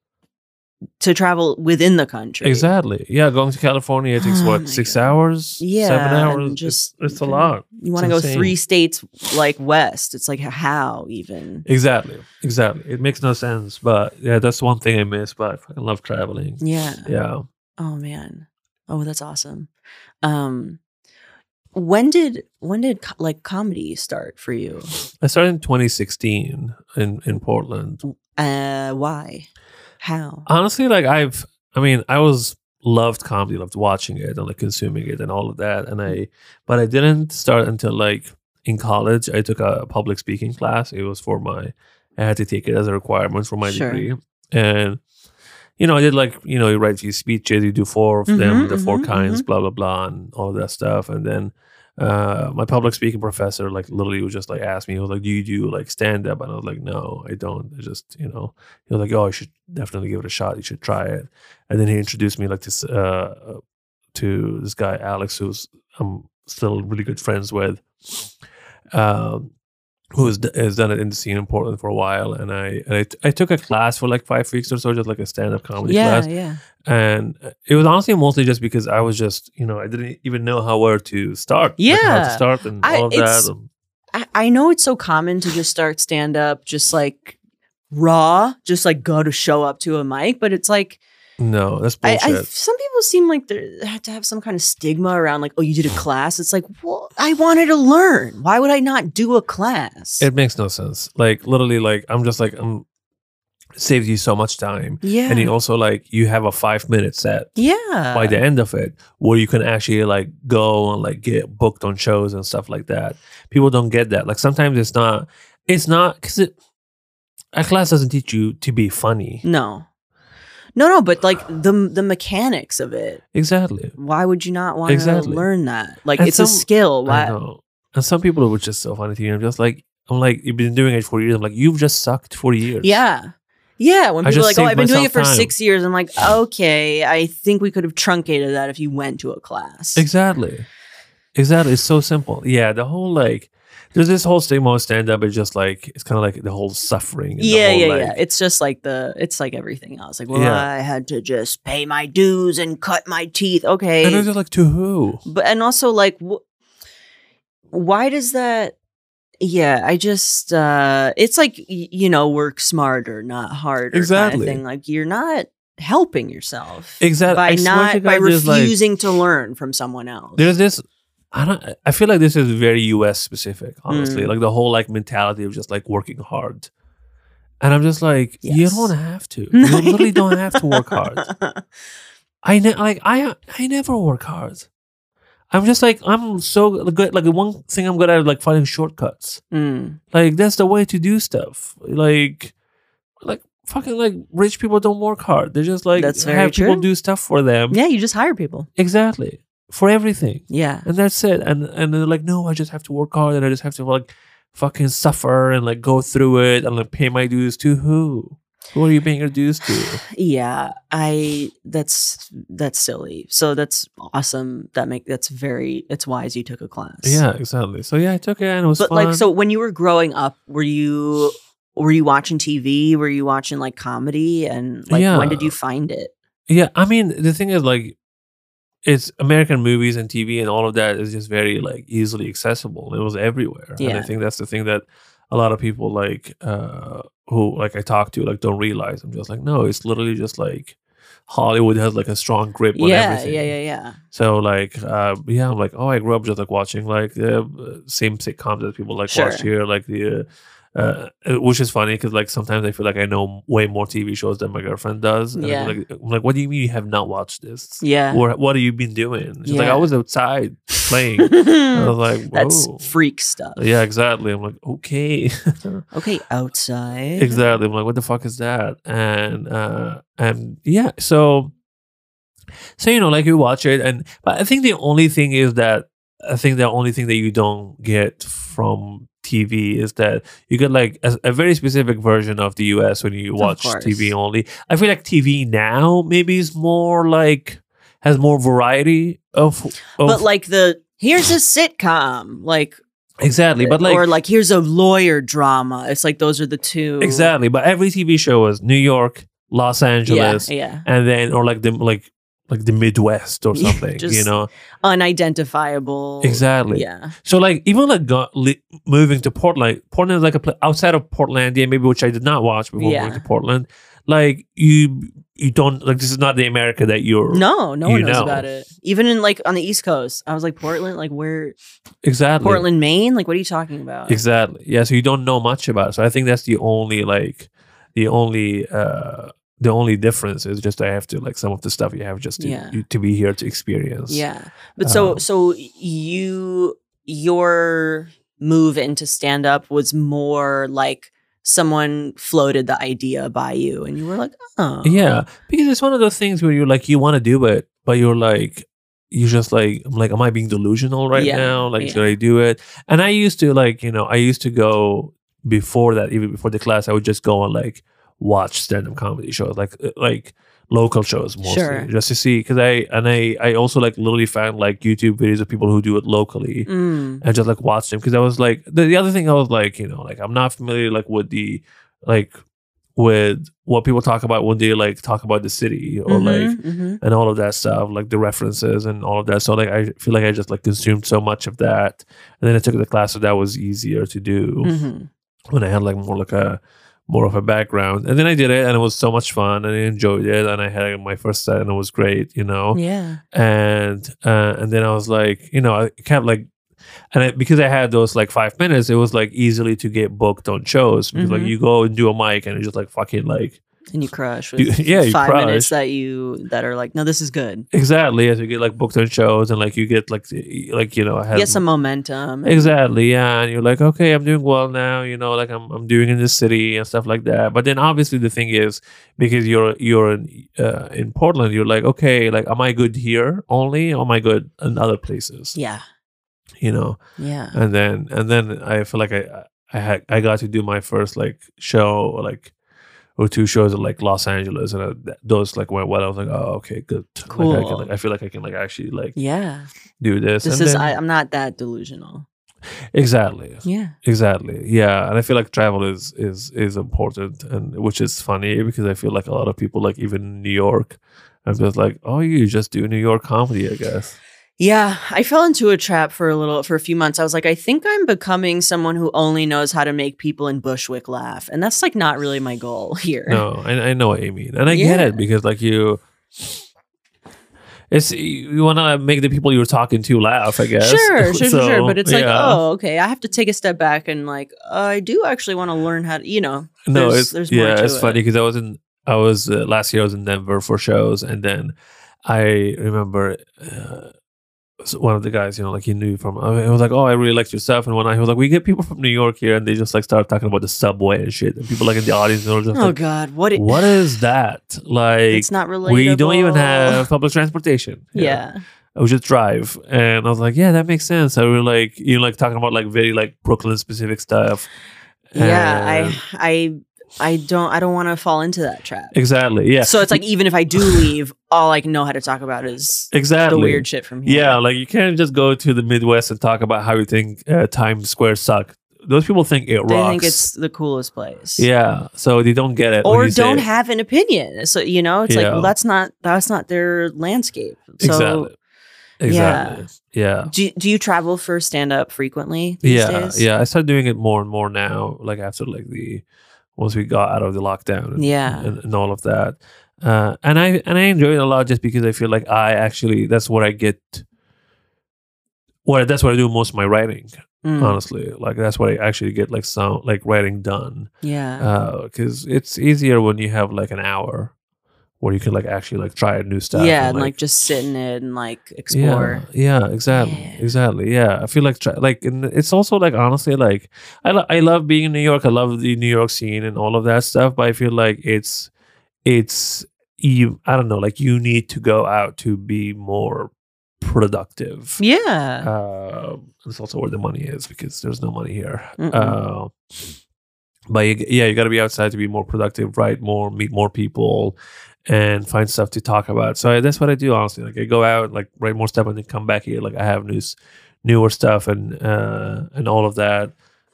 S1: to travel within the country.
S2: Exactly. Yeah, going to California it takes
S1: Oh my
S2: what six
S1: God.
S2: hours,
S1: Yeah,
S2: seven
S1: and
S2: hours.
S1: just-
S2: it's, it's a lot.
S1: You want to
S2: It's
S1: go
S2: insane.
S1: three states like west. It's like how even.
S2: Exactly. Exactly. It makes no sense, but yeah, that's one thing I miss. But I fucking love traveling.
S1: Yeah.
S2: Yeah.
S1: Oh man. Oh, that's awesome. Um when did when did co- like comedy start for you?
S2: I started in 2016 in in Portland.
S1: Uh why? How?
S2: Honestly, like I've, I mean, I was loved comedy, loved watching it and like consuming it and all of that, and I, but I didn't start until like in college. I took a public speaking class. It was for my, I had to take it as a requirement for my
S1: Sure.
S2: degree, and you know, I did like you know, you write these speeches, you do four of them,
S1: Mhm,
S2: the 4
S1: mhm,
S2: kinds, blah blah blah, and all of that stuff, and then. Uh, my public speaking professor, like literally, was just like asked me, he was like, "Do you do like stand up?" And I was like, "No, I don't. I just, you know." He was like, "Oh, you should definitely give it a shot. You should try it." And then he introduced me like this uh, to this guy Alex, who's I'm still really good friends with, um, who has, d- has done it in the scene in Portland for a while. And I and I, t- I took a class for like five weeks or so, just like a stand up comedy
S1: Yeah,
S2: class
S1: yeah.
S2: and uh, it was honestly mostly just because I was just you know I didn't even know how where to start. like, how
S1: Yeah.
S2: to start and
S1: I-
S2: all of
S1: it's-
S2: that. Um, And
S1: I, I know it's so common to just start stand up just like raw, just like go to show up to a mic, but it's like
S2: no, that's
S1: I,
S2: bullshit.
S1: I some people seem like they're- they have to have some kind of stigma around like, oh, you did a class. It's like, well, I wanted to learn. Why would I not do a class?
S2: it makes no sense. Like literally, like I'm just like I'm it saves you so much time,
S1: yeah,
S2: and you also like you have a five minute set.
S1: yeah,
S2: by the end of it where you can actually like go and like get booked on shows and stuff like that people don't get that like sometimes it's not it's not because it a class doesn't teach you to be funny
S1: no, no, no. But like the the mechanics of it.
S2: exactly
S1: Why would you not want
S2: Exactly.
S1: to learn that? Like
S2: And
S1: it's a
S2: some-
S1: skill.
S2: I
S1: Why?
S2: know. and some people are just so funny to you i'm just like i'm like you've been doing it for years i'm like you've just sucked for years
S1: Yeah. Yeah, when
S2: I
S1: people are
S2: just
S1: like, "Oh,
S2: saved
S1: I've been doing it
S2: myself
S1: for
S2: time.
S1: six years," I'm like, "Okay, I think we could have truncated that if you went to a class."
S2: Exactly. Exactly. It's so simple. Yeah. The whole like, there's this whole stigma of stand up. It's just like, it's kind of like the whole suffering. and the
S1: yeah,
S2: whole,
S1: yeah,
S2: like-
S1: yeah. It's just like the it's like everything else. Like, well,
S2: Yeah.
S1: I had to just pay my dues and cut my teeth. Okay,
S2: And I was just like, to who?
S1: but and also like, wh- why does that? Yeah, I just uh it's like y- you know, work smarter, not harder.
S2: Exactly.
S1: Kind of thing. Like you're not helping yourself
S2: Exactly.
S1: by
S2: I swear to
S1: not by
S2: God, there's, like-
S1: refusing to learn from someone else.
S2: There's this. I don't. I feel like this is very U.S. specific. Honestly,
S1: Mm.
S2: like the whole like mentality of just like working hard, and I'm just like, you
S1: Yes.
S2: don't have to. You literally don't have to work hard. I ne- like I I never work hard. I'm just like I'm so good. Like the one thing I'm good at is like finding shortcuts.
S1: Mm.
S2: Like that's the way to do stuff. Like like fucking like rich people don't work hard. They just like
S1: That's very
S2: have people
S1: true.
S2: do stuff for them.
S1: Yeah, you just hire people.
S2: Exactly for everything
S1: Yeah.
S2: and that's it and and they're like no i just have to work hard and i just have to like fucking suffer and like go through it and like pay my dues to who who are you paying your dues to
S1: yeah i that's that's silly so that's awesome that make that's very it's wise you took a class
S2: yeah exactly so yeah i took it and it was
S1: but
S2: fun.
S1: like so when you were growing up were you were you watching tv were you watching like comedy and like when did
S2: Yeah.
S1: you find it
S2: yeah i mean the thing is like it's american movies and tv and all of that is just very like easily accessible it was everywhere and i
S1: Yeah.
S2: think that's the thing that a lot of people like uh who like i talk to like don't realize i'm just like no it's literally just like hollywood has like a strong grip on
S1: yeah
S2: everything
S1: yeah yeah yeah
S2: So like uh, yeah, I'm like oh I grew up just like watching like the uh, same sitcoms that people like watch
S1: Sure.
S2: here, like the uh, uh, which is funny because like sometimes I feel like I know way more TV shows than my girlfriend does. And I'm
S1: Yeah.
S2: like, I'm like, what do you mean you have not watched this?
S1: yeah
S2: Or what have you been doing? She's like
S1: Yeah. Mm.
S2: I was outside playing. I was like
S1: that's
S2: "Whoa."
S1: freak stuff
S2: Yeah, exactly. I'm like, okay.
S1: okay outside
S2: exactly i'm like what the fuck is that and uh and yeah so so you know like you watch it and but i think the only thing is that i think the only thing that you don't get from tv is that you get like a, a very specific version of the us when you watch
S1: course.
S2: tv only i feel like tv now maybe is more like has more variety of, of
S1: but like the here's a sitcom like
S2: exactly but like
S1: or like here's a lawyer drama it's like those are the two
S2: Exactly. But every TV show was New York, Los Angeles,
S1: Yeah, yeah.
S2: and then or like the like like the Midwest or
S1: Yeah,
S2: something, you
S1: just-
S2: know?
S1: Unidentifiable.
S2: Exactly.
S1: Yeah.
S2: So like even like go, li- moving to Portland, Portland is like a place outside of Portland, yeah, maybe which I did not watch before
S1: Yeah.
S2: moving to Portland. Like you, you don't like this is not the America that you're.
S1: No, no
S2: You
S1: one knows
S2: know.
S1: about it. Even in like on the East Coast, I was like Portland, like where
S2: exactly.
S1: Portland, Maine. Like what are you talking about?
S2: Exactly. Yeah. So you don't know much about it. So I think that's the only like the only uh the only difference is just I have to like some of the stuff you have just to,
S1: Yeah.
S2: you- to be here to experience.
S1: Yeah. But so
S2: Um,
S1: so you your move into stand up was more like someone floated the idea by you and you were like, "Oh."
S2: Yeah. Because it's one of those things where you're like you want to do it, but you're like you just like I'm like am I being delusional right
S1: Yeah,
S2: now? Like
S1: yeah.
S2: should I do it? And I used to like, you know, I used to go before that even before the class I would just go and like watch stand-up comedy shows like uh, like local shows mostly
S1: Sure.
S2: just to see because i and i i also like literally found like youtube videos of people who do it locally
S1: Mm.
S2: and just like watch them because I was like the, the other thing I was like you know like I'm not familiar like with the like with what people talk about when they like talk about the city or like
S1: Mhm, mhm.
S2: and all of that stuff like the references and all of that so like I feel like I just like consumed so much of that and then I took the class so that was easier to do
S1: Mhm.
S2: when I had like more like a more of a background and then I did it and it was so much fun and I enjoyed it and I had my first set and it was great you know
S1: Yeah.
S2: and uh, and then I was like, you know, I kept like, and I, because I had those like five minutes, it was like easily to get booked on shows because
S1: Mhm.
S2: like you go and do a mic and it's just like fucking like
S1: And you crush with
S2: You- yeah, you
S1: five
S2: crush.
S1: minutes that you that are like, no, this is good.
S2: exactly as you get like booked on shows and like you get like the- like you know I
S1: You
S2: had
S1: Get some momentum. and-
S2: exactly yeah and you're like okay I'm doing well now you know like I'm I'm doing in this city and stuff like that but then obviously the thing is because you're you're in uh, in Portland you're like okay like am I good here only or am I good in other places
S1: Yeah.
S2: you know
S1: Yeah.
S2: and then and then I feel like I I had I got to do my first like show like or two shows in like Los Angeles and uh, th- those like went well. I was like, oh okay, good. Like, I, can,
S1: Cool.
S2: like, I feel like I can like actually like
S1: Yeah.
S2: do this.
S1: This
S2: And
S1: is
S2: then-
S1: I, I'm not that delusional.
S2: exactly
S1: Yeah.
S2: exactly yeah. And I feel like travel is is is important and which is funny because I feel like a lot of people like even in New York. I'm just like, oh, you just do New York comedy, I guess.
S1: Yeah, I fell into a trap for a little for a few months. I was like, I think I'm becoming someone who only knows how to make people in Bushwick laugh, and that's like not really my goal here.
S2: No, I, I know what you mean, and I get
S1: Yeah.
S2: it because like you, it's you want to make the people you're talking to laugh. I guess
S1: Sure, sure,
S2: So,
S1: sure, sure. But it's like,
S2: yeah.
S1: oh, okay. I have to take a step back and like, I do actually want to learn how to, you know.
S2: no,
S1: there's-
S2: it's
S1: there's more
S2: yeah,
S1: to
S2: it's
S1: it.
S2: funny because I was in I was uh, last year I was in Denver for shows, and then I remember. Uh, so one of the guys, you know, like he knew from, I was like, oh, I really liked your stuff. And when I was like, we get people from New York here, and they just like start talking about the subway and shit. And people like in the audience, and just
S1: Oh
S2: like,
S1: God, what? It,
S2: what is that? Like,
S1: It's not relatable.
S2: we don't even have public transportation.
S1: Yeah.
S2: I would just drive. And I was like, yeah, that makes sense. I were like, you know, like talking about like very like Brooklyn specific stuff.
S1: Yeah.
S2: And-
S1: I, I, I don't. I don't want to fall into that trap.
S2: exactly. Yeah.
S1: So it's like, e- even if I do leave, all I know how to talk about is
S2: exactly.
S1: the weird shit from here.
S2: Yeah. Like you can't just go to the Midwest and talk about how you think uh, Times Square sucked. Those people think it
S1: They
S2: rocks.
S1: think it's the coolest place.
S2: yeah. So they don't get it. when
S1: Or
S2: you say
S1: don't
S2: it.
S1: have an opinion. So you know, it's
S2: Yeah.
S1: like, well, that's not that's not their landscape. So
S2: Exactly. Exactly. Yeah.
S1: do do you travel for stand up frequently these
S2: Yeah.
S1: days?
S2: Yeah. I started doing it more and more now, like after like the, once we got out of the lockdown and
S1: Yeah.
S2: and, and all of that. Uh, and I and I enjoy it a lot just because I feel like I actually that's what I get. Well, that's what I do most of my writing,
S1: Mm,
S2: honestly. Like that's what I actually get like sound like writing done.
S1: yeah.
S2: Because it's easier when you have like an hour where you can like actually like try new stuff.
S1: yeah, and like, just sit in it and like
S2: yeah,
S1: explore.
S2: Yeah, exactly,
S1: Yeah.
S2: exactly. Yeah, I feel like tra- like and it's also like honestly like I lo- I love being in New York. I love the New York scene and all of that stuff. But I feel like it's it's you. I don't know. Like you need to go out to be more productive.
S1: Yeah.
S2: Um, it's also where the money is because there's no money here.
S1: Mm-mm.
S2: Uh, but you, yeah, you got to be outside to be more productive, write more, meet more people, and find stuff to talk about. So I, that's what I do honestly. Like I go out, like write more stuff, and then come back here. Like I have news, newer stuff, and uh, and all of that uh,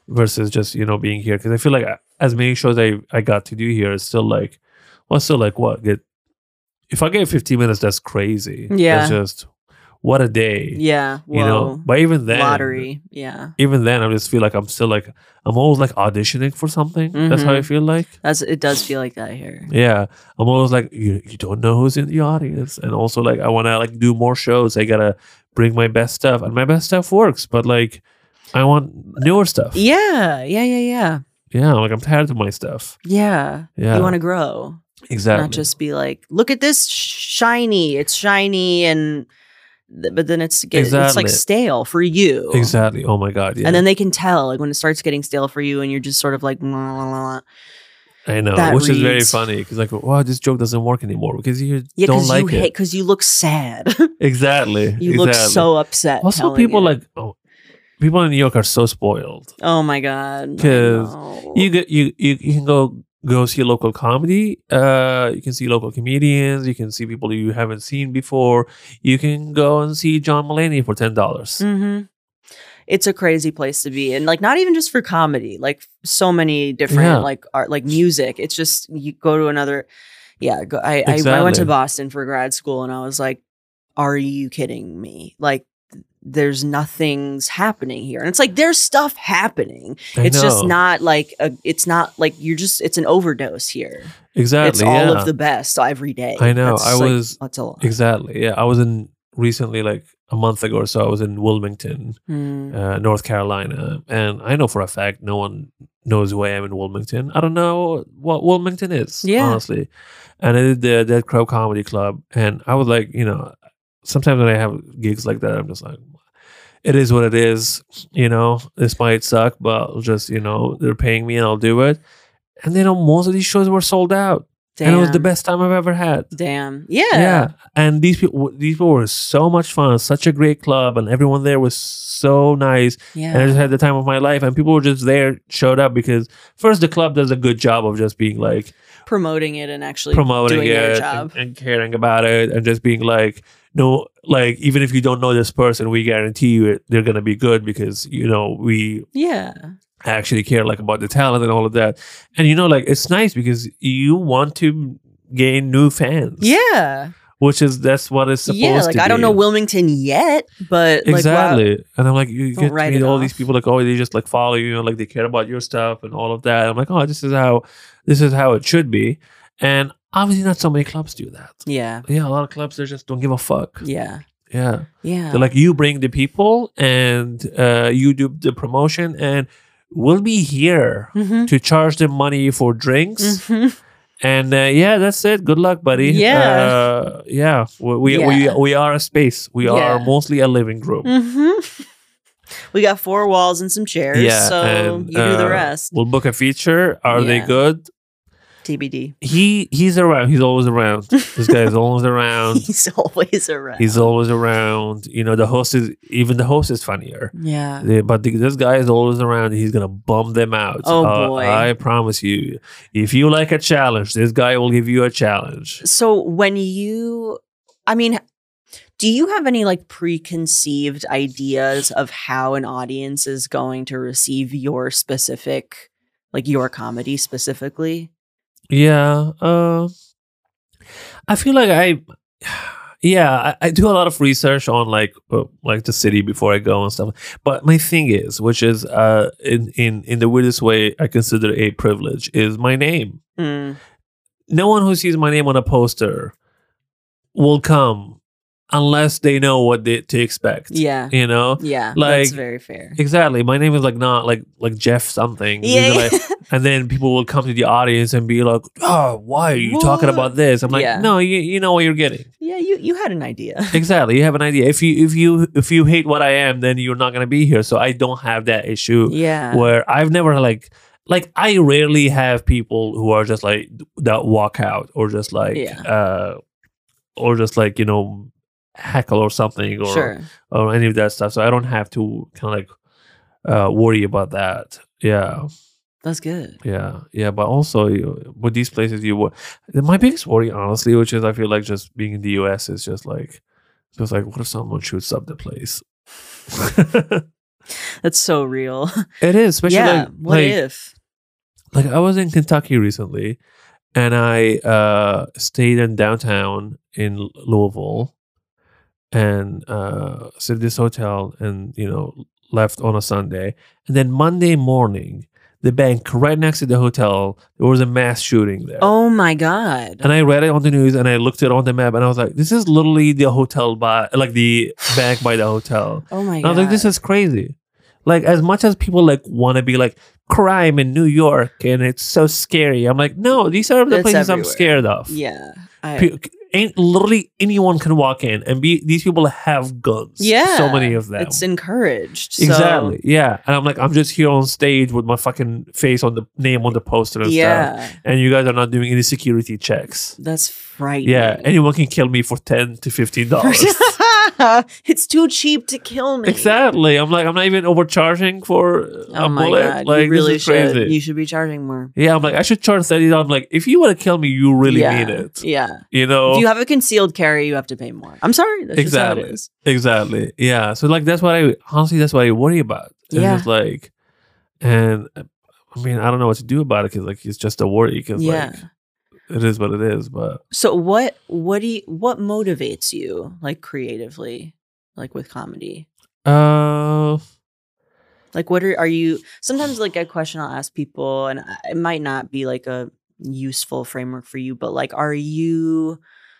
S2: versus just you know being here because I feel like I- as many shows I I got to do here is still like Well, so like what? Get if I get 15 minutes, that's crazy.
S1: Yeah.
S2: That's just what a day.
S1: Yeah. Whoa.
S2: You know, but even then,
S1: Lottery. Yeah.
S2: Even then, I just feel like I'm still like I'm always like auditioning for something. That's how I
S1: Mm-hmm.
S2: feel like.
S1: That's it does feel like that here.
S2: Yeah, I'm always like you. You don't know who's in the audience, and also like I want to like do more shows. I gotta bring my best stuff, and my best stuff works. But like, I want newer stuff.
S1: Yeah. Yeah. Yeah. Yeah.
S2: yeah. Like I'm tired of my stuff.
S1: Yeah.
S2: Yeah,
S1: You want to grow,
S2: exactly.
S1: not just be like, look at this shiny. It's shiny, and th- but then it's get, it's
S2: Exactly.
S1: like stale for you.
S2: exactly. Oh my god. Yeah,
S1: And then they can tell like when it starts getting stale for you, and you're just sort of like, "Mwah, mwah, mwah, mwah."
S2: I know,
S1: that
S2: which is very
S1: reads-
S2: funny because like, wow, this joke doesn't work anymore because you
S1: yeah,
S2: don't
S1: because
S2: like
S1: you
S2: it.
S1: hate because you look sad.
S2: Exactly.
S1: you
S2: exactly.
S1: look so upset.
S2: Also,
S1: telling
S2: people
S1: it.
S2: like oh, people in New York are so spoiled.
S1: oh my god, I
S2: 'Cause
S1: know.
S2: you get you you, you can go go see local comedy uh you can see local comedians you can see people you haven't seen before you can go and see john mulaney for ten dollars
S1: hmm It's a crazy place to be, and like not even just for comedy, like so many different
S2: Yeah.
S1: like art, like music. It's just you go to another. Yeah, go, I, I I went
S2: Exactly.
S1: to Boston for grad school, and I was like, "Are you kidding me?" Like. There's nothing's happening here. And it's like there's stuff happening. It's just not like a, it's not like you're just it's an overdose here.
S2: exactly
S1: it's all
S2: yeah.
S1: of the best every day.
S2: I know,
S1: That's
S2: I
S1: just, like,
S2: was-
S1: that's a lot.
S2: exactly yeah i was in recently like a month ago or so i was in wilmington
S1: Mm.
S2: uh, north carolina and i know for a fact no one knows who i am in wilmington i don't know what wilmington is
S1: Yeah.
S2: honestly and i did the dead crow comedy club and i was like you know sometimes when i have gigs like that i'm just like it is what it is you know this might suck but I'll just you know they're paying me and i'll do it and then most of these shows were sold out and it was the
S1: Damn.
S2: best time i've ever had
S1: Damn. Yeah.
S2: yeah and these people these people were so much fun such a great club and everyone there was so nice
S1: Yeah.
S2: and i just had the time of my life and people were just there showed up because first the club does a good job of just being like
S1: promoting it and actually
S2: promoting
S1: doing
S2: it
S1: their
S2: and-
S1: job.
S2: And, caring about it and just being like no like even if you don't know this person we guarantee you it, they're gonna be good because you know we
S1: Yeah.
S2: actually care like about the talent and all of that and you know like it's nice because you want to gain new fans
S1: Yeah.
S2: which is that's what it's supposed
S1: Yeah.
S2: to
S1: Like
S2: be
S1: I don't know Wilmington yet, but like wow.
S2: exactly and i'm like you
S1: Don't
S2: get to
S1: write
S2: meet
S1: it
S2: all
S1: off.
S2: these people like oh they just like follow you and like they care about your stuff and all of that i'm like oh this is how this is how it should be and obviously not so many clubs do that
S1: Yeah.
S2: yeah a lot of clubs they just don't give a fuck
S1: Yeah.
S2: yeah
S1: Yeah.
S2: they're like you bring the people and uh, you do the promotion and we'll be here
S1: Mhm.
S2: to charge them money for drinks
S1: Mhm.
S2: and uh, yeah that's it good luck buddy
S1: Yeah.
S2: uh, yeah we we,
S1: Yeah.
S2: we we are a space we are
S1: Yeah.
S2: mostly a living room
S1: Mhm. we got four walls and some chairs, so
S2: and,
S1: you do the
S2: uh,
S1: rest.
S2: We'll book a feature. Are they
S1: Yeah.
S2: good?
S1: TBD.
S2: He he's around. He's always around. This guy is always around.
S1: He's always around.
S2: He's always around. You know the host is even the host is funnier.
S1: yeah.
S2: The- But the- this guy is always around. He's gonna bum them out. Uh,
S1: Oh, boy.
S2: I promise you. If you like a challenge, this guy will give you a challenge.
S1: So when you, I mean, do you have any like preconceived ideas of how an audience is going to receive your specific, like your comedy specifically?
S2: Yeah. Uh, I feel like I, yeah, I, I do a lot of research on like uh, like the city before I go and stuff. But my thing is, which is uh, in in in the weirdest way I consider a privilege, is my name.
S1: Mm,
S2: No one who sees my name on a poster will come unless they know what they, to expect.
S1: yeah,
S2: You know.
S1: yeah,
S2: Like-
S1: that's very fair.
S2: Exactly. My name is like not like like Jeff something.
S1: Yeah,
S2: Usually,
S1: yeah.
S2: and then people will come to the audience and be like, "Oh, why are you talking
S1: What?"
S2: about this?" I'm like,
S1: Yeah.
S2: "No, you, you know what you're getting
S1: yeah, you you had an idea.
S2: exactly. You have an idea. If you if you if you hate what I am, then you're not gonna be here. So I don't have that issue
S1: Yeah,
S2: where I've never like like I rarely have people who are just like that walk out or just like
S1: Yeah.
S2: uh or just like you know heckle or something or
S1: sure.
S2: or any of that stuff. So I don't have to kind of like uh, worry about that. Yeah.
S1: That's good.
S2: Yeah, yeah, but also you, with these places, you wo- my biggest worry, honestly, which is I feel like just being in the U.S. is just like, just like, what if someone shoots up the place?
S1: That's so real.
S2: it is, especially
S1: yeah.
S2: like,
S1: what
S2: like,
S1: if?
S2: like I was in Kentucky recently, and I uh, stayed in downtown in L- Louisville and uh, stayed at this hotel and you know left on a Sunday and then Monday morning the bank right next to the hotel there was a mass shooting there
S1: Oh my god.
S2: and uh, I read it on the news and I looked it on the map and I was like this is literally the hotel by like the bank by the hotel
S1: oh my
S2: and
S1: god.
S2: I was like, this is crazy. Like, as much as people like want to be like crime in New York and it's so scary, I'm like, no, these are the
S1: It's
S2: places I'm
S1: everywhere.
S2: scared of.
S1: yeah. I,
S2: Pe- ain't literally anyone can walk in and be. These people have guns.
S1: yeah.
S2: so many of them.
S1: It's encouraged. So,
S2: exactly. Yeah, and I'm like, I'm just here on stage with my fucking face on the name on the poster and stuff,
S1: Yeah.
S2: and you guys are not doing any security checks.
S1: That's frightening.
S2: Yeah, anyone can kill me for ten to fifteen dollars.
S1: it's too cheap to kill me.
S2: Exactly. I'm like, I'm not even overcharging for
S1: Oh
S2: a
S1: my
S2: bullet.
S1: god.
S2: Like,
S1: you really
S2: this is
S1: should.
S2: crazy.
S1: You should be charging more.
S2: yeah, I'm like, I should charge thirty dollars. I'm like, if you want to kill me, you really
S1: yeah.
S2: mean it.
S1: Yeah.
S2: You know
S1: If you have a concealed carry, you have to pay more. I'm sorry. That's
S2: exactly.
S1: Just how it is.
S2: Exactly. Yeah. So like, that's what I honestly, that's what I worry about. It's
S1: Yeah.
S2: just like, and uh, I mean, I don't know what to do about it because like, it's just a worry. Because
S1: Yeah.
S2: like, it is what it is. But
S1: So what what do you, what motivates you like creatively, like with comedy?
S2: uh,
S1: Like what are are you sometimes like a question I'll ask people and I- it might not be like a useful framework for you, but like are you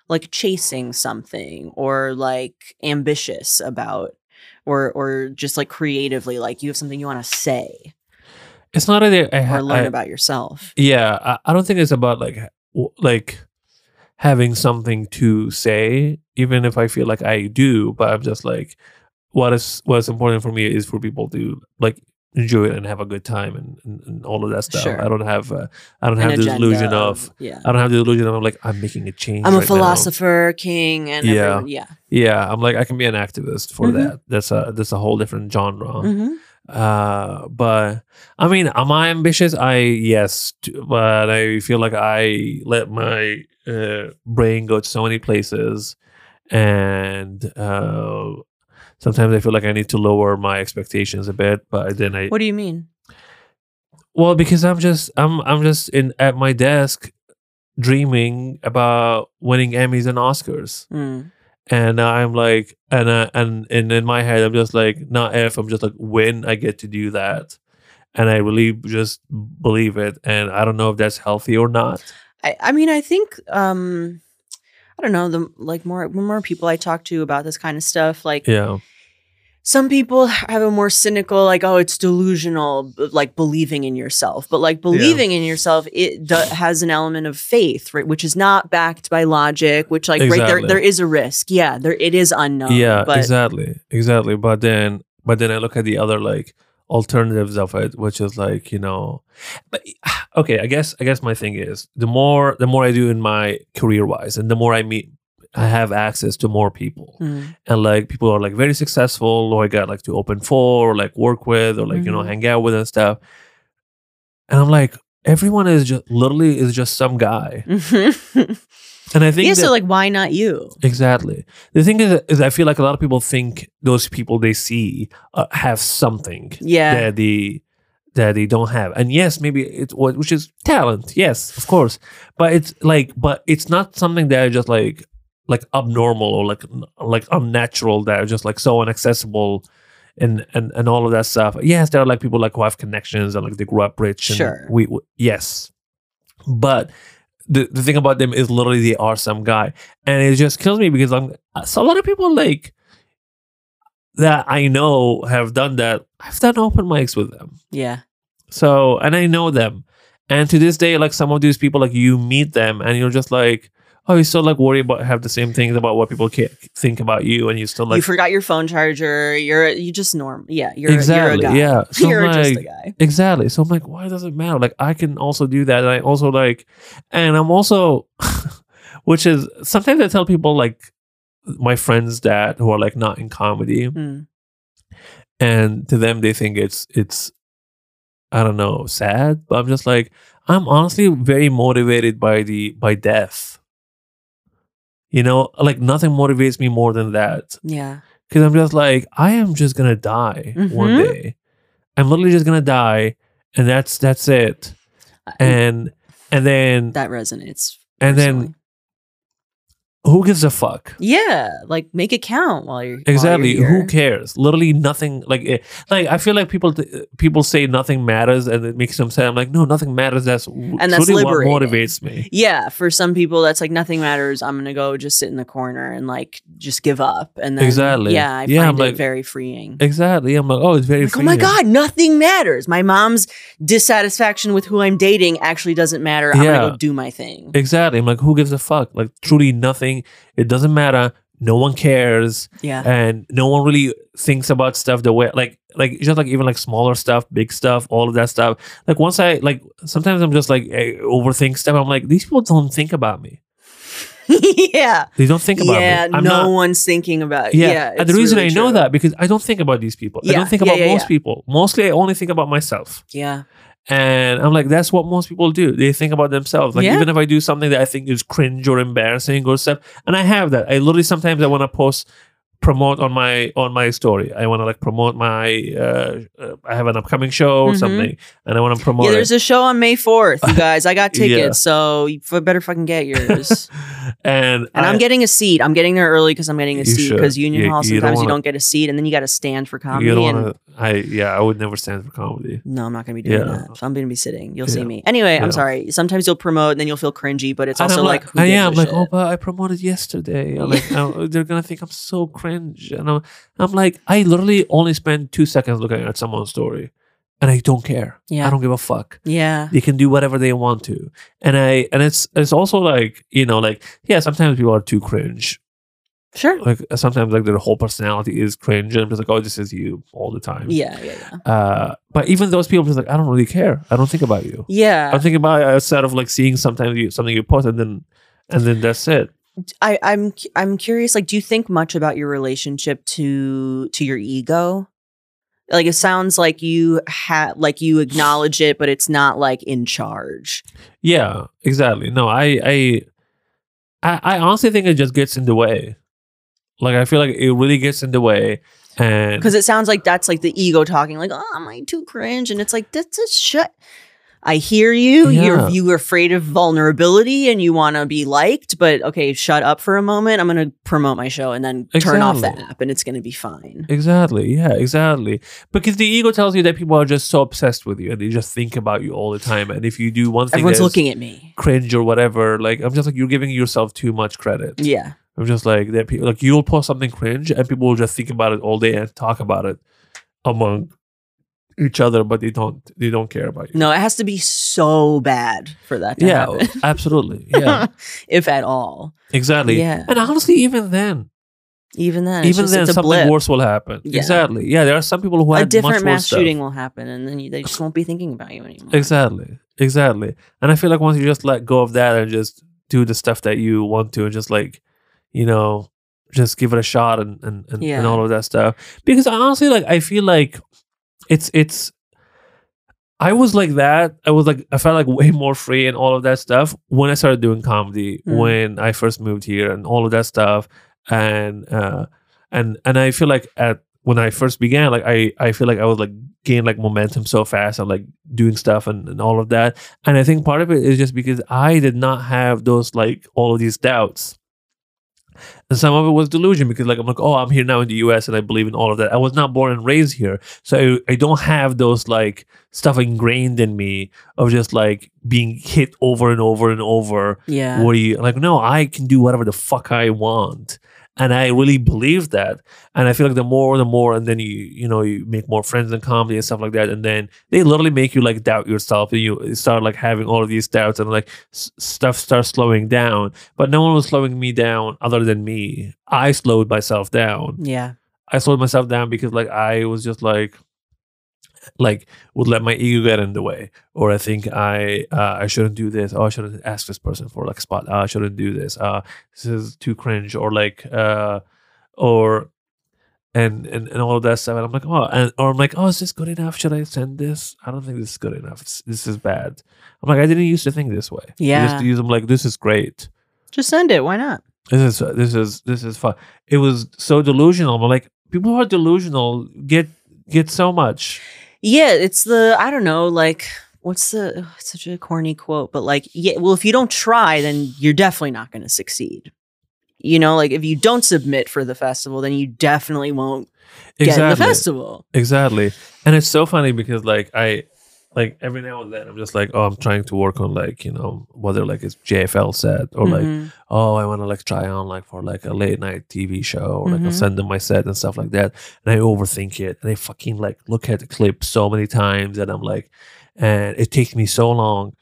S1: like chasing something or like ambitious about or or just like creatively like you have something you want to say
S2: it's not that I, I,
S1: or learn
S2: I,
S1: about yourself.
S2: yeah I, I don't think it's about like ha- w- like having something to say even if i feel like i do but i'm just like what is what's important for me is for people to like enjoy it and have a good time and, and, and all of that stuff
S1: Sure.
S2: i don't have uh, i don't
S1: an
S2: have the
S1: agenda
S2: illusion of
S1: yeah.
S2: i don't have the illusion of like i'm making a change
S1: I'm a
S2: right now.
S1: philosopher king and
S2: Yeah.
S1: everyone- yeah.
S2: yeah i'm like i can be an activist for
S1: Mhm.
S2: that that's a that's a whole different genre
S1: hmm
S2: uh but i mean am i ambitious i yes t- but i feel like i let my uh, brain go to so many places and uh sometimes i feel like i need to lower my expectations a bit but then i
S1: What do you mean?
S2: well because i'm just i'm i'm just in at my desk dreaming about winning emmys and oscars
S1: Mm.
S2: and I'm like, and uh, and and in my head, I'm just like, not if I'm just like, when I get to do that, and I really just believe it, and I don't know if that's healthy or not.
S1: I, I mean, I think um, I don't know the like more the more people I talk to about this kind of stuff. Like
S2: Yeah,
S1: some people have a more cynical, like oh, it's delusional, b- like believing in yourself. But like believing in yourself, it do- has an element of faith, right, which is not backed by logic. Which like right there,
S2: Exactly.
S1: there is a risk. Yeah, there it is unknown.
S2: yeah,
S1: but
S2: exactly, exactly. But then, but then I look at the other like alternatives of it, which is like you know, but okay, I guess I guess my thing is the more the more I do in my career wise, and the more I meet, I have access to more people.
S1: Mm,
S2: and like people are like very successful or I got like to open for or like work with or like you know
S1: Mhm.
S2: hang out with and stuff. And I'm like everyone is just literally is just some guy. And I think
S1: yeah.
S2: that-
S1: So like, why not you?
S2: exactly the thing is is I feel like a lot of people think those people they see uh, have something
S1: Yeah.
S2: that they that they don't have. And yes, maybe it's what which is talent. Yes, of course. But it's like but it's not something that I just like like abnormal or like n- like unnatural that are just like so inaccessible and and and all of that stuff. Yes, there are like people like who have connections and like they grew up rich and
S1: Sure.
S2: we, we yes. But the, the thing about them is literally they are some guy and it just kills me because I'm so a lot of people like that I know have done that. I've done open mics with them,
S1: Yeah.
S2: so and I know them. And to this day, like some of these people, like you meet them and you're just like, oh, you still like worry about have the same things about what people ca- think about you, and you still
S1: you
S2: like
S1: forgot your phone charger. You're you just norm. Yeah. You're
S2: exactly,
S1: You're a guy.
S2: yeah, So I'm
S1: you're just a
S2: like-
S1: guy.
S2: Exactly. So I'm like, why does it matter? Like, I can also do that. And I also like, and I'm also, which is sometimes I tell people, like, my friends that who are like not in comedy,
S1: Mm.
S2: and to them, they think it's, it's, I don't know, sad, but I'm just like, I'm honestly very motivated by the, by death. You know, like nothing motivates me more than that
S1: Yeah.
S2: because I'm just like, I am just gonna die one
S1: Mhm.
S2: day. I'm literally just gonna die, and that's that's it.
S1: I-
S2: And and then
S1: That resonates.
S2: and then
S1: personally.
S2: who gives a fuck?
S1: yeah, like make it count while you're while you're
S2: Exactly. Who
S1: here.
S2: cares? Literally nothing. Like, eh, like I feel like people t- people say nothing matters, and it makes them sad. I'm like, no, nothing matters. That's
S1: And that's
S2: truly what
S1: liberating.
S2: motivates me.
S1: Yeah, for some people that's like nothing matters. I'm gonna go just sit in the corner and like just give up. And then
S2: Exactly.
S1: yeah, I
S2: Yeah,
S1: find
S2: I'm
S1: it
S2: like-
S1: very freeing.
S2: Exactly. I'm like, oh, it's very.
S1: Like, oh my
S2: freeing.
S1: god, nothing matters. My mom's dissatisfaction with who I'm dating actually doesn't matter. I'm
S2: Yeah.
S1: gonna go do my thing.
S2: Exactly. I'm like, who gives a fuck? Like, truly nothing. It doesn't matter. No one cares,
S1: yeah,
S2: and no one really thinks about stuff the way like like just like even like smaller stuff, big stuff, all of that stuff. Like once I like sometimes I'm just like I overthink stuff. I'm like these people don't think about me.
S1: yeah,
S2: They don't think about
S1: yeah.
S2: me. I'm
S1: no
S2: not,
S1: one's thinking about.
S2: yeah.
S1: Yeah,
S2: and the
S1: it's
S2: reason
S1: really
S2: I know
S1: true.
S2: that because I don't think about these people. I
S1: Yeah,
S2: don't think
S1: yeah,
S2: about
S1: yeah,
S2: most
S1: yeah.
S2: people. Mostly, I only think about myself.
S1: Yeah,
S2: And I'm like, that's what most people do. They think about themselves. Like
S1: Yeah.
S2: even if I do something that I think is cringe or embarrassing or stuff, and I have that. I literally sometimes I want to post promote on my on my story. I want to like promote my. Uh, uh, I have an upcoming show or
S1: Mhm.
S2: something, and I want to promote.
S1: yeah.
S2: it.
S1: There's a show on May 4th, you guys. I got
S2: Yeah.
S1: tickets, so you f- better fucking get yours.
S2: and
S1: And I, am getting a seat. I'm getting there early because I'm getting a
S2: You
S1: seat
S2: should.
S1: because Union Hall
S2: You- you don't
S1: sometimes you
S2: wanna-
S1: don't get a seat, and then you got to stand for comedy.
S2: You don't
S1: and
S2: want to. I yeah. I would never stand for comedy.
S1: No, I'm not going to be doing
S2: Yeah.
S1: that. So I'm going to be sitting. You'll
S2: Yeah.
S1: see me. Anyway,
S2: Yeah.
S1: I'm sorry. Sometimes you'll promote and then you'll feel cringy, but it's
S2: And
S1: also
S2: I'm
S1: like, who
S2: I
S1: gives
S2: am
S1: a
S2: like,
S1: shit?
S2: oh, but I promoted yesterday. I'm like, oh, they're gonna think I'm so cringe, and I'm, I'm like, I literally only spend two seconds looking at someone's story, and I don't care.
S1: Yeah.
S2: I don't give a fuck.
S1: yeah.
S2: They can do whatever they want to, and I, and it's, it's also like, you know, like, yeah, sometimes people are too cringe.
S1: Sure.
S2: Like sometimes, like their whole personality is cringe, and I'm just like, oh, this is you all the time.
S1: Yeah. Yeah. Yeah.
S2: Uh, but even those people, just like, I don't really care. I don't think about you.
S1: yeah.
S2: I'm thinking about it outside of like seeing sometimes you, something you post, and then, and then that's it.
S1: I, I'm, cu- I'm curious, like, do you think much about your relationship to, to your ego? Like, it sounds like you have, like, you acknowledge it, but it's not like in charge.
S2: Yeah, exactly. No, I, I, I, I honestly think it just gets in the way. Like I feel like it really gets in the way, and
S1: Because it sounds like that's like the ego talking, like, oh, am I too cringe? And it's like, that's a shut. I hear you.
S2: Yeah.
S1: You're you're afraid of vulnerability and you want to be liked, but okay, shut up for a moment. I'm going to promote my show and then turn off the
S2: Exactly.
S1: app, and it's going to be fine.
S2: exactly, yeah, exactly. Because the ego tells you that people are just so obsessed with you, and they just think about you all the time. And if you do one thing,
S1: Everyone's
S2: that is
S1: looking at me.
S2: cringe or whatever. Like I'm just like you're giving yourself too much credit.
S1: Yeah,
S2: I'm just like that. People like you'll post something cringe, and people will just think about it all day and talk about it among each other, but they don't. They don't care about you.
S1: no, it has to be so bad for that. To
S2: yeah,
S1: happen,
S2: absolutely. Yeah.
S1: if at all.
S2: Exactly.
S1: Yeah.
S2: And honestly, even then,
S1: Even then, it's
S2: even
S1: just,
S2: then,
S1: it's a
S2: something
S1: blip.
S2: worse will happen.
S1: Yeah.
S2: Exactly. Yeah, there are some people who
S1: A
S2: had
S1: different
S2: much
S1: mass
S2: worse
S1: shooting
S2: Stuff.
S1: will happen, and then you, they just won't be thinking about you anymore.
S2: Exactly. Exactly. And I feel like once you just let go of that and just do the stuff that you want to, and just like, you know, just give it a shot and and and,
S1: Yeah.
S2: and all of that stuff. Because honestly, like I feel like it's it's. I was like that. I was like, I felt like way more free and all of that stuff when I started doing comedy,
S1: Mm.
S2: when I first moved here and all of that stuff. And uh, and and I feel like at when I first began, like I I feel like I was like gained like momentum so fast and like doing stuff and, and all of that. And I think part of it is just because I did not have those like all of these doubts. And some of it was delusion because like I'm like, oh, I'm here now in the US and I believe in all of that. I was not born and raised here. So I, I don't have those like stuff ingrained in me of just like being hit over and over and over
S1: Yeah.
S2: what do you like? No, I can do whatever the fuck I want. And I really believe that. And I feel like the more, the more, and then you, you know, you make more friends in comedy and stuff like that. And then they literally make you like doubt yourself and you start like having all of these doubts and like s- stuff starts slowing down. But no one was slowing me down other than me. I slowed myself down.
S1: yeah.
S2: I slowed myself down because like I was just like like would let my ego get in the way or I think I uh, I shouldn't do this oh I shouldn't ask this person for like a spot oh, I shouldn't do this uh this is too cringe or like uh or and, and and all of that stuff and I'm like oh and or I'm like oh is this good enough should I send this I don't think this is good enough It's- this is bad I'm like I didn't used to think this way I
S1: Yeah.
S2: used to use them like this is great
S1: Just send it. Why not?
S2: this is this is this is fun. It was so delusional. But like people who are delusional get get so much.
S1: Yeah, it's the I don't know, like what's the ugh, it's such a corny quote, but like, yeah, well, if you don't try, then you're definitely not going to succeed. You know, like if you don't submit for the festival, then you definitely won't get in the festival.
S2: Exactly. And it's so funny because like I like every now and then I'm just like, oh, I'm trying to work on like, you know, whether like it's JFL set or like,
S1: Mhm.
S2: oh, I want to like try on like for like a late night TV show or like I'll
S1: Mhm.
S2: send them my set and stuff like that. And I overthink it and I fucking like look at the clip so many times and I'm like, and it takes me so long.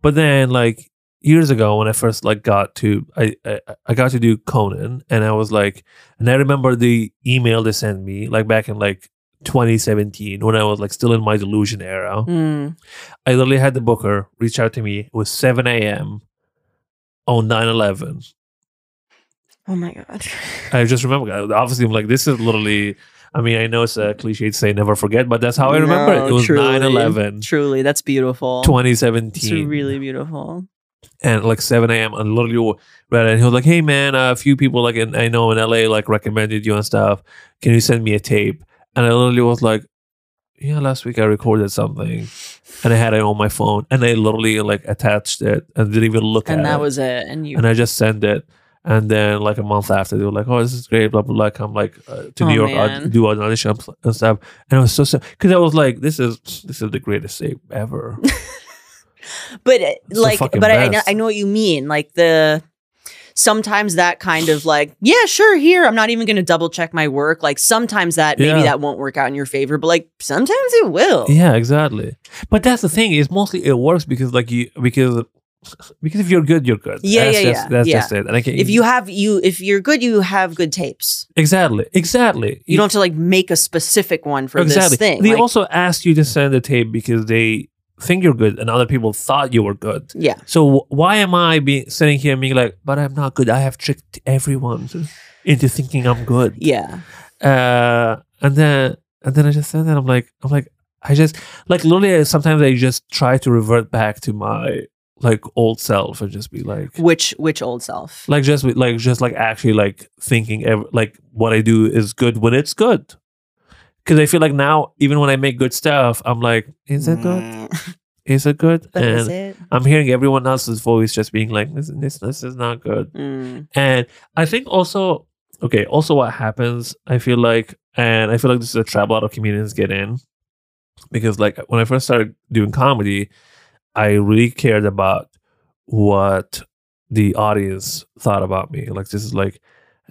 S2: But then like years ago when I first like got to, I, I, I got to do Conan and I was like, and I remember the email they sent me like back in like 2017 when I was like still in my delusion era.
S1: Mm.
S2: I literally had the booker reach out to me. It was 7 a.m. on 9 11.
S1: Oh my god.
S2: I just remember, uh, obviously, I'm like, this is literally, I mean, I know it's a cliche to say never forget, but that's how I remember it. It
S1: No,
S2: was
S1: truly.
S2: 9 11,
S1: Truly, that's beautiful.
S2: 2017.
S1: It's really beautiful.
S2: and like 7 a.m. and literally read it. And he was like, hey, man, uh, a few people like in, I know in LA like recommended you and stuff. Can you send me a tape? And I literally was like, yeah, last week I recorded something and I had it on my phone and I literally like attached it and didn't even look at it.
S1: And that was it. And you
S2: and I just sent it. And then like a month after, they were like, "Oh, this is great!" Blah blah blah. Come like uh, to
S1: Oh,
S2: New York, i
S1: man.
S2: do an audition and stuff. And I was so sad because I was like, "This is this is the greatest tape ever."
S1: but it-
S2: the
S1: like
S2: fucking
S1: but I, I, know,
S2: best.
S1: I know what you mean like the sometimes that kind of like yeah sure here i'm not even gonna double check my work like sometimes that maybe
S2: Yeah.
S1: that won't work out in your favor but like sometimes it will
S2: yeah, exactly. But that's the thing is mostly it works because like you because because if you're good, you're good.
S1: Yeah,
S2: that's
S1: yeah,
S2: just,
S1: yeah,
S2: That's
S1: yeah.
S2: just it. And I e-, can
S1: if you have you if you're good you have good tapes
S2: exactly exactly
S1: you don't have to like make a specific one for
S2: exactly
S1: this thing
S2: they
S1: Like,
S2: also asked you to send the tape because they think you're good and other people thought you were good.
S1: yeah
S2: So wh- why am I being sitting here and being like, but I'm not good. I have tricked everyone into thinking I'm good.
S1: yeah
S2: Uh, and then and then I just said that I'm like I'm like I just like literally I- sometimes I just try to revert back to my like old self and just be like
S1: which which old self
S2: like just with- like just like actually like thinking ev- like what I do is good when it's good. Cause I feel like now, even when I make good stuff, I'm like, is it good?
S1: Mm,
S2: Is it good?
S1: but
S2: and
S1: is it
S2: I'm hearing everyone else's voice just being like, this, this, this is not good.
S1: Mm,
S2: And I think also, okay, also what happens, I feel like, and I feel like this is a trap a lot of comedians get in because, like, when I first started doing comedy, I really cared about what the audience thought about me. Like, this is like,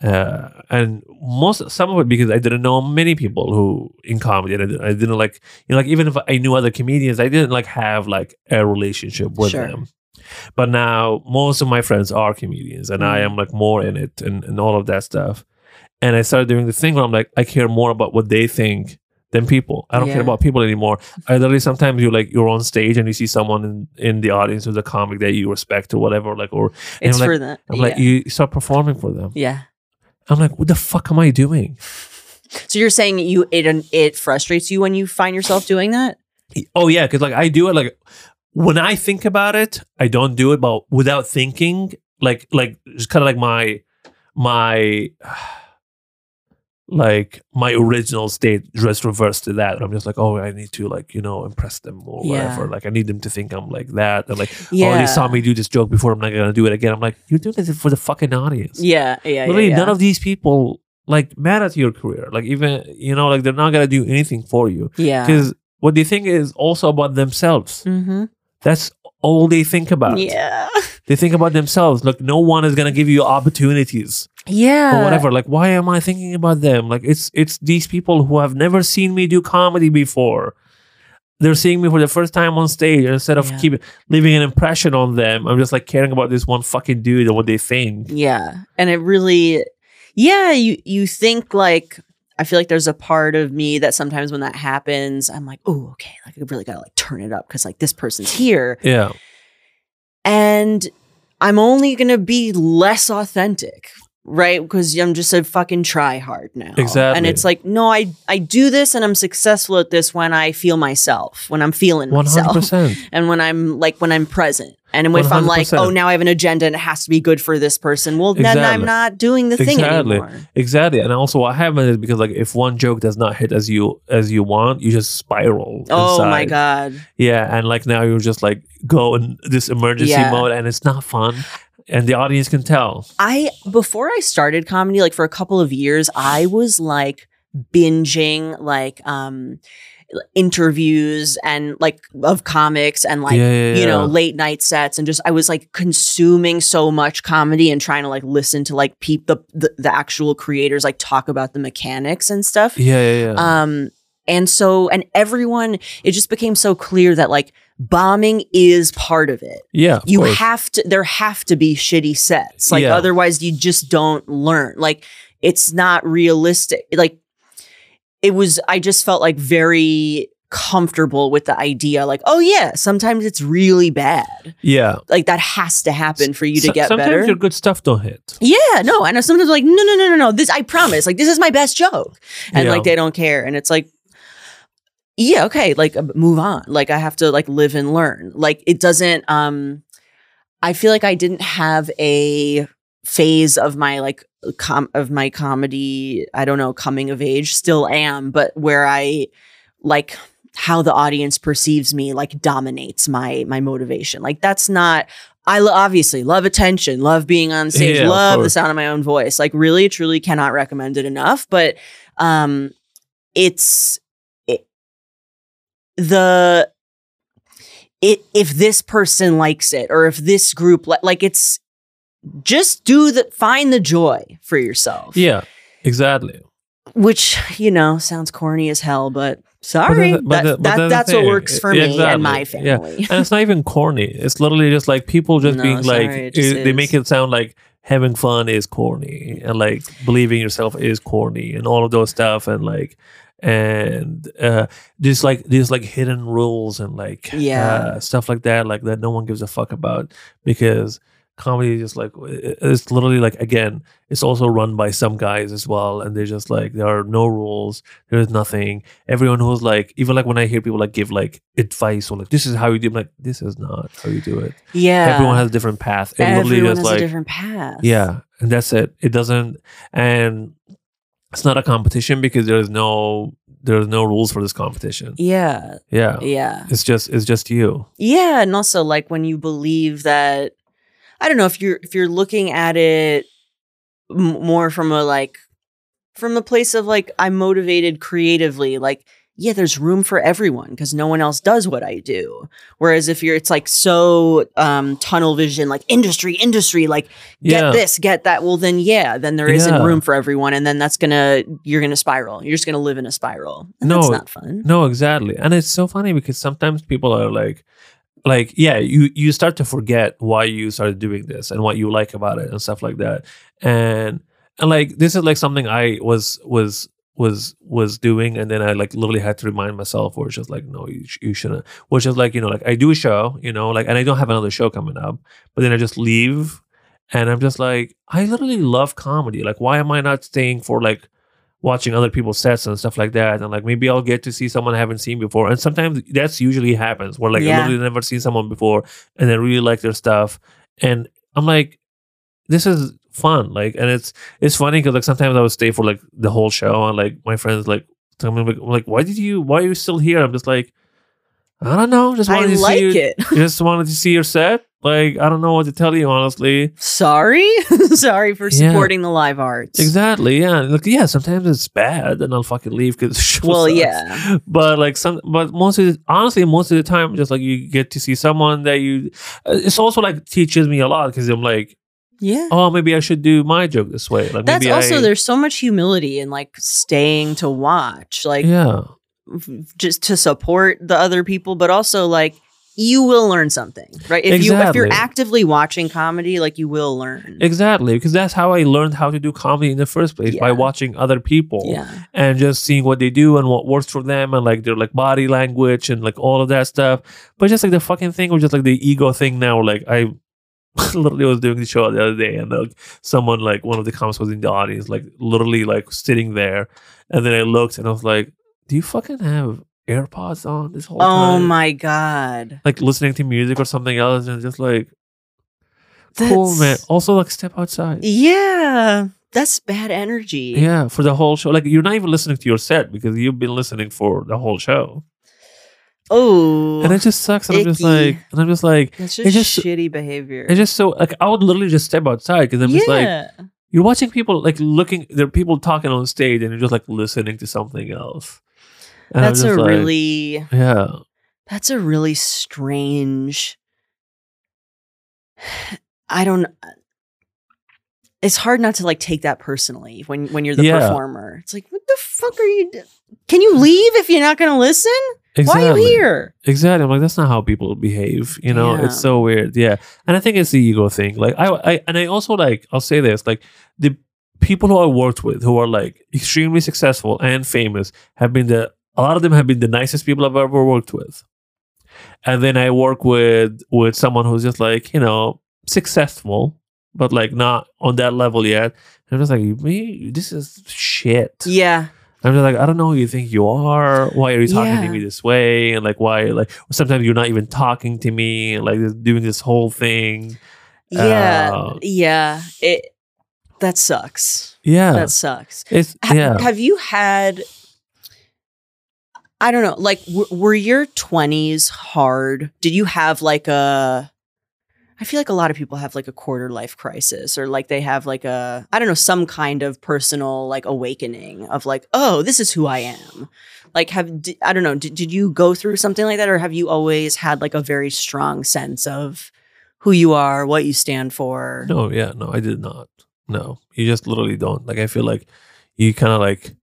S2: uh, and most some of it because I didn't know many people who in comedy, and I didn't, I didn't like you know, like even if I knew other comedians, I didn't like have like a relationship with
S1: Sure.
S2: them. But now most of my friends are comedians, and I
S1: Mm.
S2: am like more in it and, and all of that stuff. And I started doing this thing where I'm like, I care more about what they think than people. I don't care
S1: Yeah.
S2: about people anymore. I literally sometimes you're like you're on stage and you see someone in, in the audience who's a comic that you respect or whatever, like or and
S1: it's
S2: I'm like,
S1: for that
S2: I'm
S1: yeah.
S2: like you start performing for them.
S1: yeah
S2: I'm like, what the fuck am I doing?
S1: so you're saying you it it frustrates you when you find yourself doing that
S2: Oh yeah, because like I do it like when I think about it, I don't do it, but without thinking, like like it's kind of like my my like my original state just reversed to that. I'm just like, oh, I need to like you know impress them or
S1: Yeah.
S2: whatever. Like I need them to think I'm like that and like
S1: yeah
S2: oh they saw me do this joke before. I'm not gonna do it again. I'm like you're doing this for the fucking audience.
S1: Yeah, yeah,
S2: Literally,
S1: yeah,
S2: none of these people like matter to your career. Like even you know like they're not gonna do anything for you
S1: yeah. yeah.
S2: because what they think is also about themselves.
S1: Mhm.
S2: That's all they think about.
S1: Yeah,
S2: They think about themselves. Like no one is gonna give you opportunities
S1: yeah,
S2: or whatever. Like why am I thinking about them? Like it's it's these people who have never seen me do comedy before. They're seeing me for the first time on stage, and instead of
S1: Yeah.
S2: keep leaving an impression on them, I'm just like caring about this one fucking dude and what they think.
S1: yeah. And it really, yeah, you you think like I feel like there's a part of me that sometimes when that happens, I'm like, oh, okay, like I really gotta like turn it up because like this person's here,
S2: Yeah,
S1: and I'm only gonna be less authentic right? Because I'm just a fucking try hard now.
S2: Exactly.
S1: And it's like, no, I I do this and I'm successful at this when I feel myself, when I'm feeling
S2: One hundred
S1: myself,
S2: percent.
S1: and when I'm like when I'm present. And if I'm like,
S2: 100%.
S1: oh, now I have an agenda and it has to be good for this person, well, then I'm
S2: Exactly.
S1: not doing the thing
S2: Exactly.
S1: anymore.
S2: Exactly. And also what happened is because like if one joke does not hit as you as you want, you just spiral.
S1: Oh my
S2: inside.
S1: god.
S2: Yeah. And like now you're just like go in this emergency
S1: Yeah.
S2: mode and it's not fun. And the audience can tell.
S1: I before I started comedy, like for a couple of years, I was like binging like um interviews and like of comics and like
S2: Yeah, yeah,
S1: you know
S2: yeah.
S1: late night sets and just I was like consuming so much comedy and trying to like listen to like peep the the, the actual creators like talk about the mechanics and stuff.
S2: Yeah, yeah, yeah.
S1: Um and so and everyone it just became so clear that like bombing is part of it
S2: yeah. of
S1: you
S2: course.
S1: have to there have to be shitty sets like
S2: Yeah.
S1: otherwise you just don't learn like it's not realistic like it was i just felt like very comfortable with the idea like oh yeah sometimes it's really bad
S2: yeah.
S1: like that has to happen for you to
S2: So-
S1: get
S2: sometimes
S1: better
S2: your good stuff don't hit.
S1: yeah no and I sometimes like no no no no no this i promise like this is my best joke and
S2: Yeah.
S1: like they don't care and it's like yeah okay like uh, move on like i have to like live and learn like it doesn't um i feel like i didn't have a phase of my like com of my comedy i don't know coming of age still am but where i like how the audience perceives me like dominates my my motivation like that's not i lo- obviously love attention love being on stage
S2: Yeah, of
S1: love the
S2: course.
S1: sound of my own voice like really truly cannot recommend it enough but um it's it, the it if this person likes it or if this group li- like it's just do the find the joy for yourself
S2: Yeah. Exactly.
S1: which you know sounds corny as hell but sorry
S2: the- but
S1: that,
S2: the- but
S1: that,
S2: the
S1: that's what
S2: thing-
S1: works for
S2: yeah,
S1: me
S2: exactly.
S1: and my
S2: Yeah.
S1: family
S2: and it's not even corny. It's literally just like people just
S1: No,
S2: being
S1: sorry,
S2: like
S1: it just
S2: eh, they
S1: is.
S2: make it sound like having fun is corny and like believing yourself is corny and all of those stuff and like and uh there's like there's like hidden rules and like
S1: Yeah.
S2: uh, stuff like that like that no one gives a fuck about because comedy is just like it- it's literally like again it's also run by some guys as well and they're just like there are no rules there is nothing everyone who's like even like when i hear people like give like advice or like this is how you do I'm like this is not how you do it
S1: yeah
S2: everyone has a different path it
S1: Everyone
S2: literally
S1: has
S2: just
S1: a
S2: like
S1: different path
S2: yeah and that's it it doesn't and it's not a competition because there's no there's no rules for this competition
S1: yeah
S2: yeah
S1: yeah
S2: it's just it's just you
S1: yeah and also like when you believe that i don't know if you're if you're looking at it m- more from a like from a place of like i'm motivated creatively like yeah there's room for everyone because no one else does what i do whereas if you're it's like so um tunnel vision like industry industry like get
S2: yeah
S1: this get that well then yeah then there not
S2: Yeah.
S1: room for everyone and then that's gonna you're gonna spiral you're just gonna live in a spiral and that's
S2: No,
S1: not fun
S2: No, exactly. And it's so funny because sometimes people are like like yeah, you you start to forget why you started doing this and what you like about it and stuff like that. And and like this is like something I was was was was doing and then I like literally had to remind myself or just like no you, sh- you shouldn't which is like you know like I do a show you know like and I don't have another show coming up but then I just leave and I'm just like I literally love comedy like why am I not staying for like watching other people's sets and stuff like that and like maybe i'll get to see someone i haven't seen before and sometimes that's usually happens where like
S1: Yeah.
S2: i literally never seen someone before and i really like their stuff and i'm like this is fun like and it's it's funny because like sometimes i would stay for like the whole show and like my friends like tell me like, like why did you why are you still here i'm just like i don't know just
S1: i
S2: wanted to
S1: like
S2: see your,
S1: it
S2: just wanted to see your set like i don't know what to tell you honestly
S1: sorry sorry for
S2: Yeah.
S1: supporting the live arts
S2: Exactly. Yeah. Like, yeah. Sometimes it's bad, and I'll fucking leave because.
S1: well yeah
S2: But like some, but most of the, honestly, most of the time, just like you get to see someone that you. uh, It's also like teaches me a lot because I'm like,
S1: yeah
S2: oh, maybe I should do my joke this way. Like
S1: that's
S2: Oh, maybe
S1: also
S2: I,
S1: there's so much humility in like staying to watch like
S2: yeah.
S1: f- just to support the other people but also like you will learn something right if you if
S2: Exactly.
S1: you're actively watching comedy like you will learn
S2: Exactly, because that's how I learned how to do comedy in the first place by
S1: Yeah.
S2: watching other people
S1: yeah
S2: and just seeing what they do and what works for them and like their like body language and like all of that stuff. But just like the fucking thing or just like the ego thing now, like I literally was doing the show the other day and like someone like one of the comics was in the audience like literally like sitting there and then i looked and i was like do you fucking have airpods on this whole
S1: Oh
S2: time
S1: my god.
S2: like listening to music or something else and just like cool man
S1: That's-
S2: also like step outside
S1: Yeah. That's bad energy.
S2: yeah for the whole show like you're not even listening to your set because you've been listening for the whole show
S1: Oh.
S2: and it just sucks and i'm just
S1: Icky.
S2: like and i'm just like
S1: that's
S2: it's
S1: just,
S2: just-
S1: shitty behavior.
S2: it's just so like i would literally just step outside because i'm just like
S1: yeah.
S2: you're watching people like looking there are people talking on stage and you're just like listening to something else And I'm
S1: that's a
S2: just like,
S1: really
S2: yeah
S1: that's a really strange I don't uh, it's hard not to like take that personally when when you're the
S2: Yeah.
S1: performer. It's like what the fuck are you do- Can you leave if you're not going to listen?
S2: exactly
S1: Why are you here?
S2: exactly i'm like that's not how people behave you know
S1: Yeah.
S2: it's so weird yeah and i think it's the ego thing like I, I and i also like i'll say this like the people who i worked with who are like extremely successful and famous have been the a lot of them have been the nicest people i've ever worked with and then i work with with someone who's just like you know successful but like not on that level yet and i'm just like me this is shit
S1: Yeah.
S2: I'm just like, I don't know who you think you are. Why are you talking
S1: Yeah.
S2: to me this way? And like, why? Like, sometimes you're not even talking to me. And like, this- doing this whole thing.
S1: Yeah.
S2: Uh,
S1: yeah. It that sucks.
S2: Yeah.
S1: That sucks.
S2: it's
S1: Ha-
S2: yeah.
S1: Have you had? I don't know. Like, w- were your twenties hard? Did you have like a? I feel like a lot of people have like a quarter life crisis, or like they have like a I don't know some kind of personal like awakening of like oh this is who I am. Like have d- I don't know did, did you go through something like that, or have you always had like a very strong sense of who you are, what you stand for?
S2: No, yeah, no, I did not. No, you just literally don't. Like, I feel like you kind of like.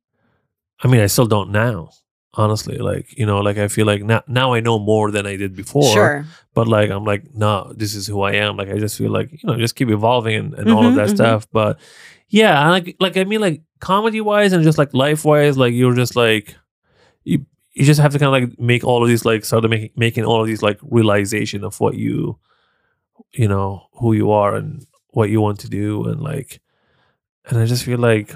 S2: I mean, I still don't now. Honestly, like you know, like I feel like now, now I know more than I did before.
S1: sure.
S2: but like i'm like no this is who i am like i just feel like you know just keep evolving and, and all
S1: Mhm,
S2: of that
S1: mhm.
S2: stuff but yeah I like like i mean like comedy wise and just like life wise like you're just like you you just have to kind of like make all of these like start making making all of these like realization of what you you know who you are and what you want to do and like and i just feel like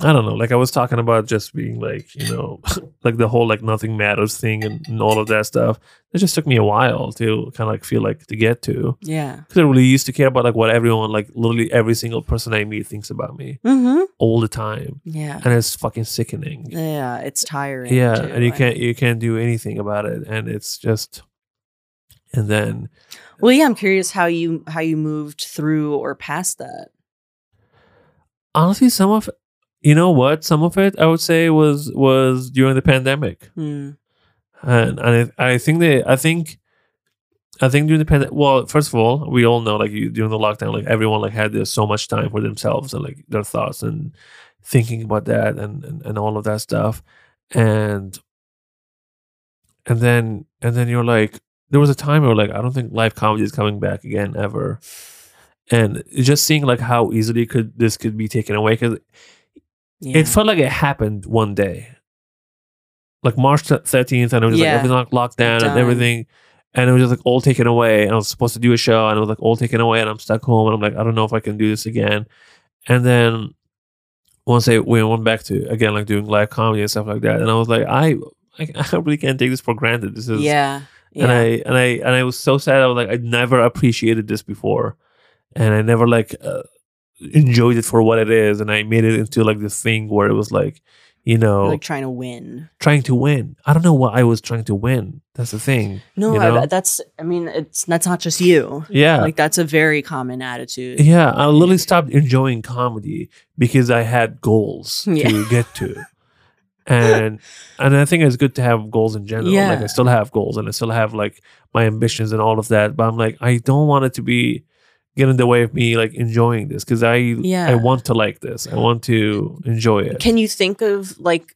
S2: i don't know like i was talking about just being like you know like the whole like nothing matters thing and, and all of that stuff it just took me a while to kind of like feel like to get to
S1: Yeah.
S2: because i really used to care about like what everyone like literally every single person i meet thinks about me
S1: Mm-hmm.
S2: all the time
S1: Yeah.
S2: and it's fucking sickening
S1: Yeah, it's tiring.
S2: yeah
S1: too,
S2: and you
S1: I-
S2: can't you can't do anything about it and it's just and then
S1: Well, yeah, I'm curious how you how you moved through or past that.
S2: honestly some of you know what some of it i would say was was during the pandemic
S1: Hmm.
S2: and and I, I think they I think I think during the pandemic. Well, first of all, we all know like you, during the lockdown, like everyone like had this, so much time for themselves and like their thoughts and thinking about that and, and and all of that stuff, and and then and then you're like there was a time where like I don't think live comedy is coming back again ever, and just seeing like how easily could this could be taken away because
S1: Yeah.
S2: it felt like it happened one day, like March thirteenth, and it was just
S1: Yeah.
S2: like everything like locked down
S1: Done.
S2: and everything, and it was just like all taken away. And I was supposed to do a show, and it was like all taken away, and I'm stuck home, and I'm like, I don't know if I can do this again. And then once I we went back to again like doing live comedy and stuff like that, and I was like, I I, I really can't take this for granted. This is
S1: yeah. Yeah.
S2: and I and I and I was so sad. I was like, I never appreciated this before, and I never like uh, enjoyed it for what it is. And I made it into like this thing where it was like, you know,
S1: You're, like trying to win.
S2: trying to win. I don't know what I was trying to win. That's the thing.
S1: No,
S2: you
S1: I-
S2: know?
S1: that's. I mean, it's that's not just you.
S2: Yeah,
S1: Like that's a very common attitude.
S2: yeah. I literally stopped enjoying comedy because I had goals
S1: Yeah.
S2: to get to. And and I think it's good to have goals in general. Like
S1: Yeah.
S2: I still have goals and I still have like my ambitions and all of that. But I'm like, I don't want it to be get in the way of me like enjoying this because I
S1: Yeah.
S2: I want to like this. I want to enjoy it.
S1: Can you think of like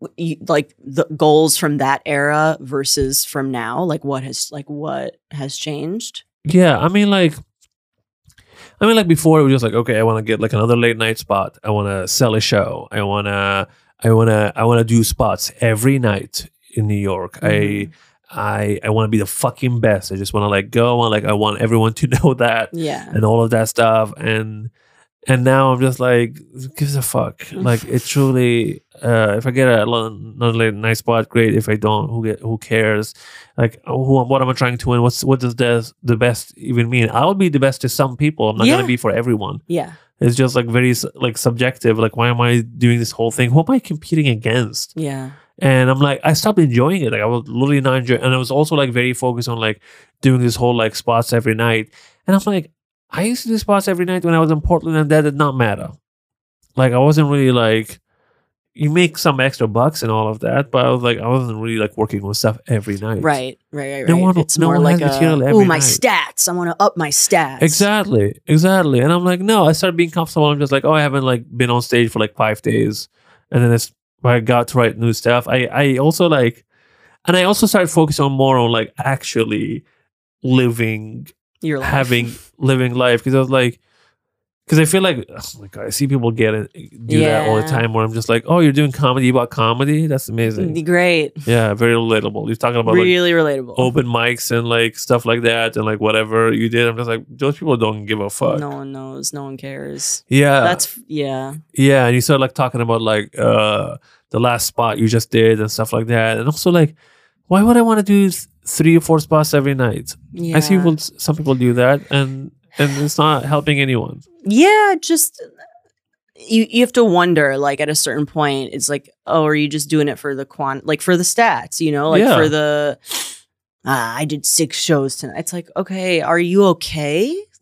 S1: w- you, like the goals from that era versus from now? Like what has like what has changed?
S2: Yeah, I mean, like, I mean, like before, it was just like, okay, I want to get like another late night spot. I want to sell a show. I wanna, I wanna, I wanna do spots every night in New York. I I I want to be the fucking best. I just want to like go on. Like I want everyone to know that
S1: Yeah.
S2: and all of that stuff. And and now I'm just like, who gives a fuck. Like it truly, uh, if I get a lo- another nice spot, great. If I don't, who get who cares? Like who? What am I trying to win? What's what does this the best even mean? I'll be the best to some people. I'm not
S1: Yeah.
S2: gonna be for everyone.
S1: Yeah.
S2: It's just like very s- like subjective. Like why am I doing this whole thing? Who am I competing against?
S1: Yeah.
S2: and I'm like, I stopped enjoying it. Like I was literally not enjoying, and I was also like very focused on like doing this whole like spots every night. And I'm like, I used to do spots every night when I was in Portland, and that did not matter. Like I wasn't really like, you make some extra bucks and all of that, but I was like, I wasn't really like working on stuff every night.
S1: Right. Right. Right. Right.
S2: No one-
S1: it's
S2: no
S1: more
S2: one
S1: like
S2: has
S1: a,
S2: material
S1: ooh,
S2: every
S1: my
S2: night."
S1: stats. I want to up my stats.
S2: Exactly, exactly. And I'm like, no, I started being comfortable. I'm just like, oh, I haven't like been on stage for like five days, and then it's I got to write new stuff. I I also like, and I also started focusing on more on like actually living,
S1: You're like,
S2: having living life because I was like. Because I feel like, oh my god, I see people get it, do that all the
S1: Yeah.
S2: time. Where I'm just like, oh, you're doing comedy about comedy. That's amazing.
S1: great.
S2: Yeah, very relatable. You're talking about like oh,
S1: Really relatable.
S2: open mics and like stuff like that, and like whatever you did. I'm just like, those people don't give a fuck. Uh,
S1: No one knows. No one cares.
S2: Yeah.
S1: That's yeah.
S2: yeah. And you started like talking about like uh the last spot you just did and stuff like that. And also like, why would I want to do th- three or four spots every night?
S1: Yeah.
S2: I see people some people do that and and it's not helping anyone.
S1: yeah just you you have to wonder like at a certain point it's like oh are you just doing it for the quant like for the stats you know like
S2: Yeah.
S1: for the ah, i did six shows tonight it's like okay are you okay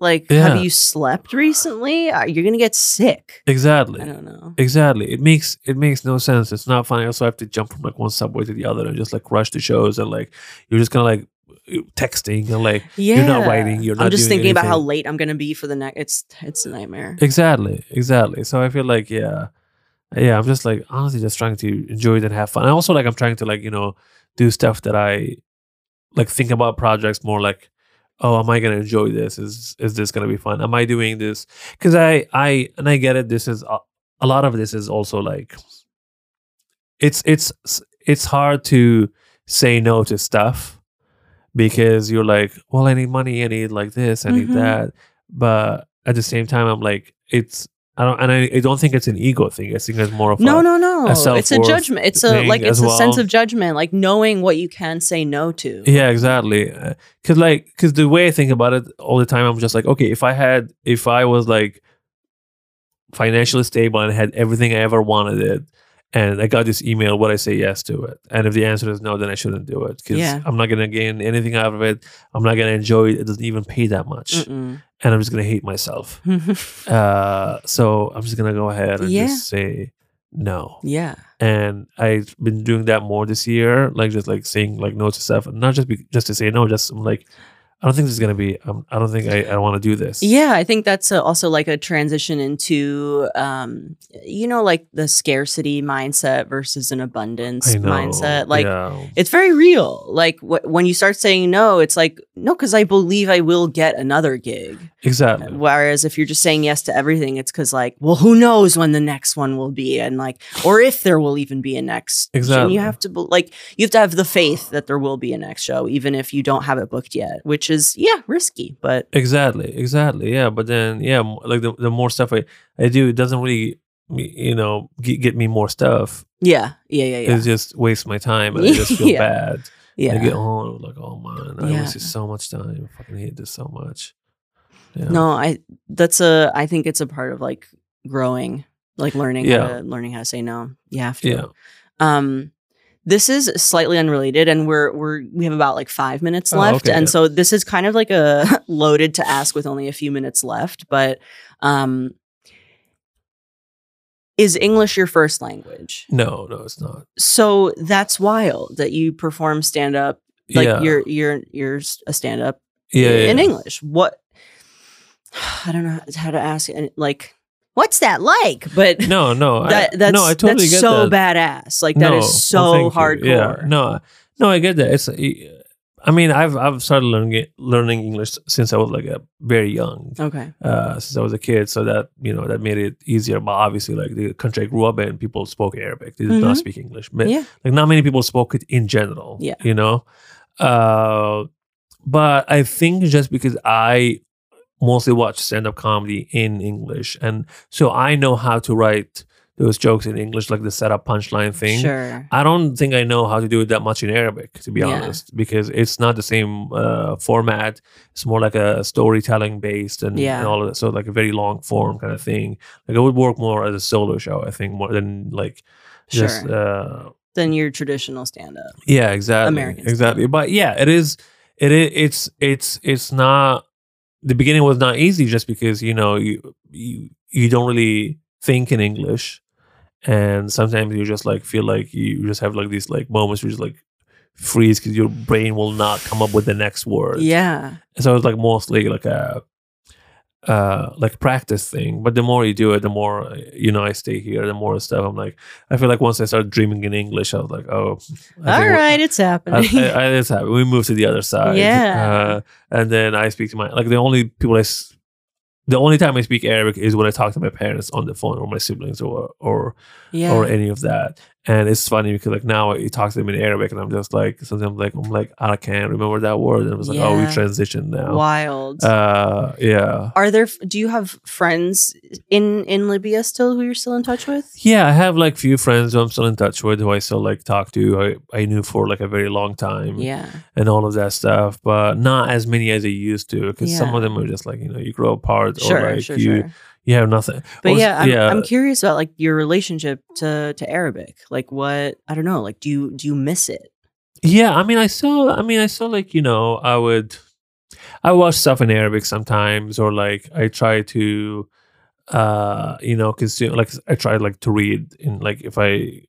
S1: like have
S2: Yeah.
S1: you slept recently Are you're gonna get sick i
S2: Exactly.
S1: don't know
S2: Exactly. It makes it makes no sense. It's not funny. Also I have to jump from like one subway to the other and just like rush to shows and like you're just kinda like texting and like
S1: yeah
S2: not writing, you're
S1: i'm
S2: not
S1: just
S2: doing
S1: thinking about how
S2: anything.
S1: late i'm gonna be for the next it's it's a nightmare
S2: Exactly, exactly. So I feel like yeah, yeah. I'm just like honestly just trying to enjoy it and have fun. I also like I'm trying to like you know do stuff that I like think about projects more like oh am I gonna enjoy this is is this gonna be fun am I doing this because I I and I get it this is a, a lot of this is also like it's it's it's hard to say no to stuff because you're like well I need money I need like this I need
S1: Mhm.
S2: that but at the same time I'm like it's I don't and I, I don't think it's an ego thing I think it's more of
S1: no
S2: a-
S1: no no
S2: a
S1: it's a
S2: self-worth
S1: judgment it's a
S2: thing
S1: like it's
S2: as
S1: a sense
S2: well.
S1: of judgment like knowing what you can say no to
S2: Yeah, exactly. Because like, because the way I think about it all the time, I'm just like, okay, if I had, if I was like financially stable and had everything I ever wanted it, and I got this email, would I say yes to it? And if the answer is no, then I shouldn't do it because
S1: Yeah.
S2: I'm not gonna gain anything out of it. I'm not gonna enjoy it. It doesn't even pay that much,
S1: Mm-mm.
S2: and I'm just gonna hate myself. Uh, so I'm just gonna go ahead and
S1: Yeah.
S2: just say no
S1: yeah
S2: and I've been doing that more this year, like just like saying like no to stuff, not just be, just to say no, just I'm like I don't think this is gonna be. Um, I don't think I, I want to do this.
S1: Yeah, I think that's a, also like a transition into, um, you know, like the scarcity mindset versus an abundance
S2: I know.
S1: mindset. Like
S2: yeah.
S1: it's very real. Like wh- when you start saying no, it's like no, because I believe I will get another gig. uh,
S2: exactly.
S1: Whereas if you're just saying yes to everything, it's because like, well, who knows when the next one will be, and like, or if there will even be a next. show. And
S2: Exactly.
S1: you have to be- like you have to have the faith that there will be a next show, even if you don't have it booked yet, which is yeah, risky, but.
S2: Exactly, exactly. Yeah, but then yeah, m- like the, the more stuff I, I do, it doesn't really me- you know get, get me more stuff.
S1: Yeah, yeah, yeah, yeah.
S2: It just wastes my time, and I just feel
S1: Yeah.
S2: bad.
S1: yeah.
S2: I get home like oh man, I
S1: Yeah.
S2: wasted so much time. I fucking hate this so much. Yeah.
S1: No, I that's a I think it's a part of like growing, like learning how
S2: Yeah.
S1: to learning how to say no. You have to.
S2: Yeah.
S1: Um this is slightly unrelated and we're we're we have about like 5 minutes
S2: Oh,
S1: left
S2: okay,
S1: and
S2: yeah.
S1: so this is kind of like a loaded to ask with only a few minutes left, but um is English your first language?
S2: No, no, it's not.
S1: So that's wild that you perform stand up like
S2: yeah.
S1: you're you're you're a stand up
S2: yeah, yeah,
S1: in
S2: yeah.
S1: English. What I don't know how to ask and like what's that like? But
S2: No, no,
S1: that
S2: I,
S1: that's
S2: no, I totally
S1: that's
S2: get
S1: so
S2: that.
S1: badass. Like that is so
S2: well, thank
S1: hardcore.
S2: you. Yeah, no, no, I get that. It's, I mean, I've I've started learning it- learning English since I was like a very young,
S1: Okay.
S2: uh, since I was a kid. So that you know that made it easier. But obviously, like the country I grew up in, people spoke Arabic. They
S1: Mhm.
S2: did not speak English. But
S1: Yeah.
S2: like not many people spoke it in general.
S1: Yeah.
S2: you know. Uh, but I think just because I mostly watch stand up comedy in English, and so I know how to write those jokes in English, like the setup punchline thing.
S1: Sure.
S2: I don't think I know how to do it that much in Arabic, to be
S1: Yeah.
S2: honest, because it's not the same uh, format. It's more like a storytelling based and,
S1: Yeah.
S2: and all of that. So like a very long form kind of thing. Like I would work more as a solo show, I think, more than like
S1: Sure.
S2: just uh,
S1: Than your traditional stand up.
S2: yeah, exactly,
S1: American
S2: exactly. But yeah, it is. It is. It's it's it's not. The beginning was not easy just because you know you you you don't really think in English, and sometimes you just like feel like you just have like these like moments where you just like freeze because your brain will not come up with the next word.
S1: Yeah.
S2: So it's like mostly like a uh like practice thing but the more you do it the more uh, you know i stay here the more stuff i'm like i feel like once i started dreaming in english i was like oh I
S1: All
S2: think-
S1: right. It's
S2: I,
S1: happening.
S2: I, I just have- we moved to the other side.
S1: Yeah.
S2: Uh, and then I speak to my like the only people I, s- the only time I speak Arabic is when I talk to my parents on the phone or my siblings or or
S1: yeah.
S2: or any of that. And it's funny because like now I talk to them in Arabic and I'm just like sometimes like I'm like I can't remember that word and I was like oh we
S1: Yeah.
S2: transitioned now.
S1: Wild.
S2: Uh yeah.
S1: Are there? Do you have friends in in Libya still who you're still in touch with?
S2: Yeah, I have like few friends who I'm still in touch with who I still like talk to. I, I knew for like a very long time.
S1: Yeah.
S2: and all of that stuff, but not as many as I used to because some
S1: Yeah.
S2: of them are just like you know you grow apart or
S1: Sure.
S2: like
S1: Sure.
S2: you
S1: Sure.
S2: you have nothing.
S1: But
S2: Or s-
S1: yeah, I'm,
S2: yeah,
S1: I'm curious about like your relationship to to Arabic. Like what I don't know. Like do you do you miss it?
S2: yeah. I mean, I saw. I mean, I saw like you know I would I watch stuff in Arabic sometimes or like I try to uh you know consume like I try like to read in like if I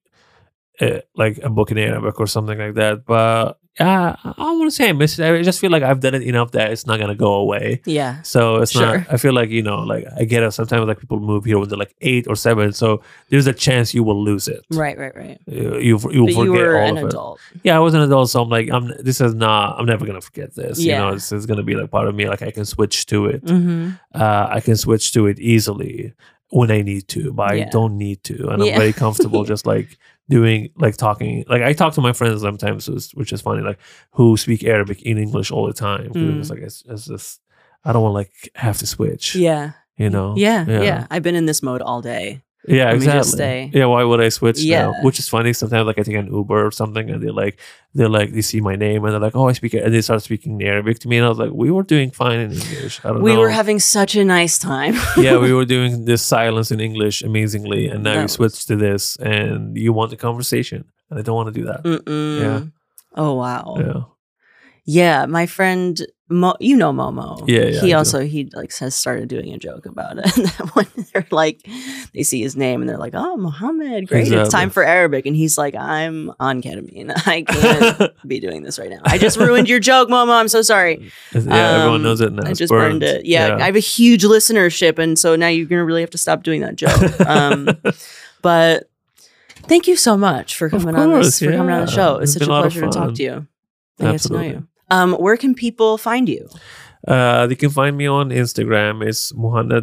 S2: uh, like a book in Arabic or something like that, but. Uh, I want to say I miss it. I just feel like I've done it enough that it's not gonna go away.
S1: Yeah.
S2: So it's
S1: Sure.
S2: not. I feel like you know, like I get it. Sometimes like people move here when they're like eight or seven, so there's a chance you will lose it.
S1: Right. Right. Right.
S2: You you you'll
S1: but
S2: forget
S1: you were
S2: all
S1: an
S2: of
S1: adult.
S2: it. Yeah, I was an adult, so I'm like, I'm. This is not. I'm never gonna forget this. You
S1: Yeah.
S2: know, this is gonna be like part of me. Like I can switch to it.
S1: Mm-hmm.
S2: Uh, I can switch to it easily when I need to, but I
S1: Yeah.
S2: don't need to, and I'm
S1: Yeah.
S2: very comfortable just like doing like talking. Like I talk to my friends sometimes, which is- which is funny. Like who speak Arabic in English all the time. 'cause
S1: Mm.
S2: It's like it's, it's just. I don't want to like have to switch
S1: Yeah.
S2: you know
S1: yeah, yeah.
S2: Oh, yeah
S1: I've been in this mode all day.
S2: yeah
S1: Let me
S2: exactly
S1: just stay.
S2: yeah why would i switch now
S1: Yeah.
S2: which is funny sometimes like i take an uber or something and they're like they're like they see my name and they're like oh i speak and they start speaking arabic to me and i was like we were doing fine in english i don't
S1: We
S2: know
S1: were having such a nice time.
S2: yeah we were doing this silence in english amazingly and now
S1: That
S2: you
S1: was-
S2: switch to this and you want a conversation and i don't want to do that
S1: Mm-mm.
S2: Yeah.
S1: Oh wow. Yeah.
S2: yeah
S1: my friend, Mo- you know Momo.
S2: Yeah, yeah, I
S1: He
S2: do.
S1: also he like has started doing a joke about it. And that one, they're like, they see his name and they're like, "Oh, Mohammed, great!
S2: Exactly.
S1: It's time for Arabic." And he's like, "I'm on ketamine. I can't be doing this right now. I just ruined your joke, Momo. I'm so sorry."
S2: yeah everyone
S1: Um,
S2: knows it now
S1: I
S2: It's
S1: just burned,
S2: burned.
S1: it. Yeah, I have a huge listenership, and so now you're gonna really have to stop doing that joke. Um, but thank you so much for
S2: Of
S1: coming on
S2: course,
S1: this for coming on the
S2: yeah.
S1: show. It's
S2: It's
S1: such
S2: been
S1: a
S2: a lot of
S1: pleasure to talk
S2: fun.
S1: to you. I get to know
S2: Absolutely.
S1: you. Um, where can people find you?
S2: Uh, they can find me on Instagram. It's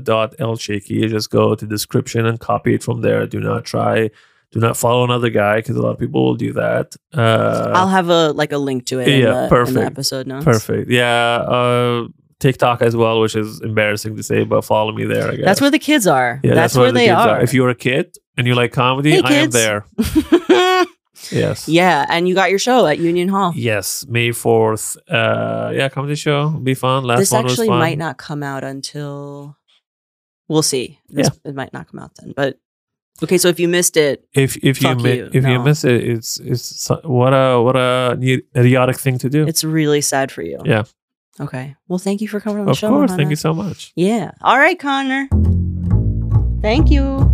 S2: muhannad.lshaky. You just go to description and copy it from there. Do not try, do not follow another guy because a lot of people will do that.
S1: I'll
S2: Uh,
S1: have a like a link to it in,
S2: yeah,
S1: the, in the
S2: perfect.
S1: episode notes.
S2: perfect. Yeah. Uh, TikTok as well, which is embarrassing to say, but follow me there. I guess.
S1: That's where the kids are.
S2: yeah,
S1: that's, where,
S2: the
S1: they
S2: kids
S1: are.
S2: If you're a kid and you like comedy,
S1: Hey,
S2: I am
S1: kids.
S2: there. Yes.
S1: yeah, and you got your show at Union Hall.
S2: Yes, May fourth. Uh, yeah, comedy show. Be fun. Last
S1: this
S2: one was
S1: actually
S2: fun.
S1: might not come out until we'll see. This, It might not come out then, but okay. So if you missed it,
S2: if if you,
S1: Fuck
S2: mi-
S1: you,
S2: if you
S1: no.
S2: miss it, it's it's so- what a what a ne- idiotic thing to do.
S1: it's really sad for you.
S2: Yeah.
S1: Okay. Well, thank you for coming on the
S2: of
S1: show.
S2: course, thank
S1: Hannah.
S2: you so much.
S1: Yeah. All right, Connor. Thank you.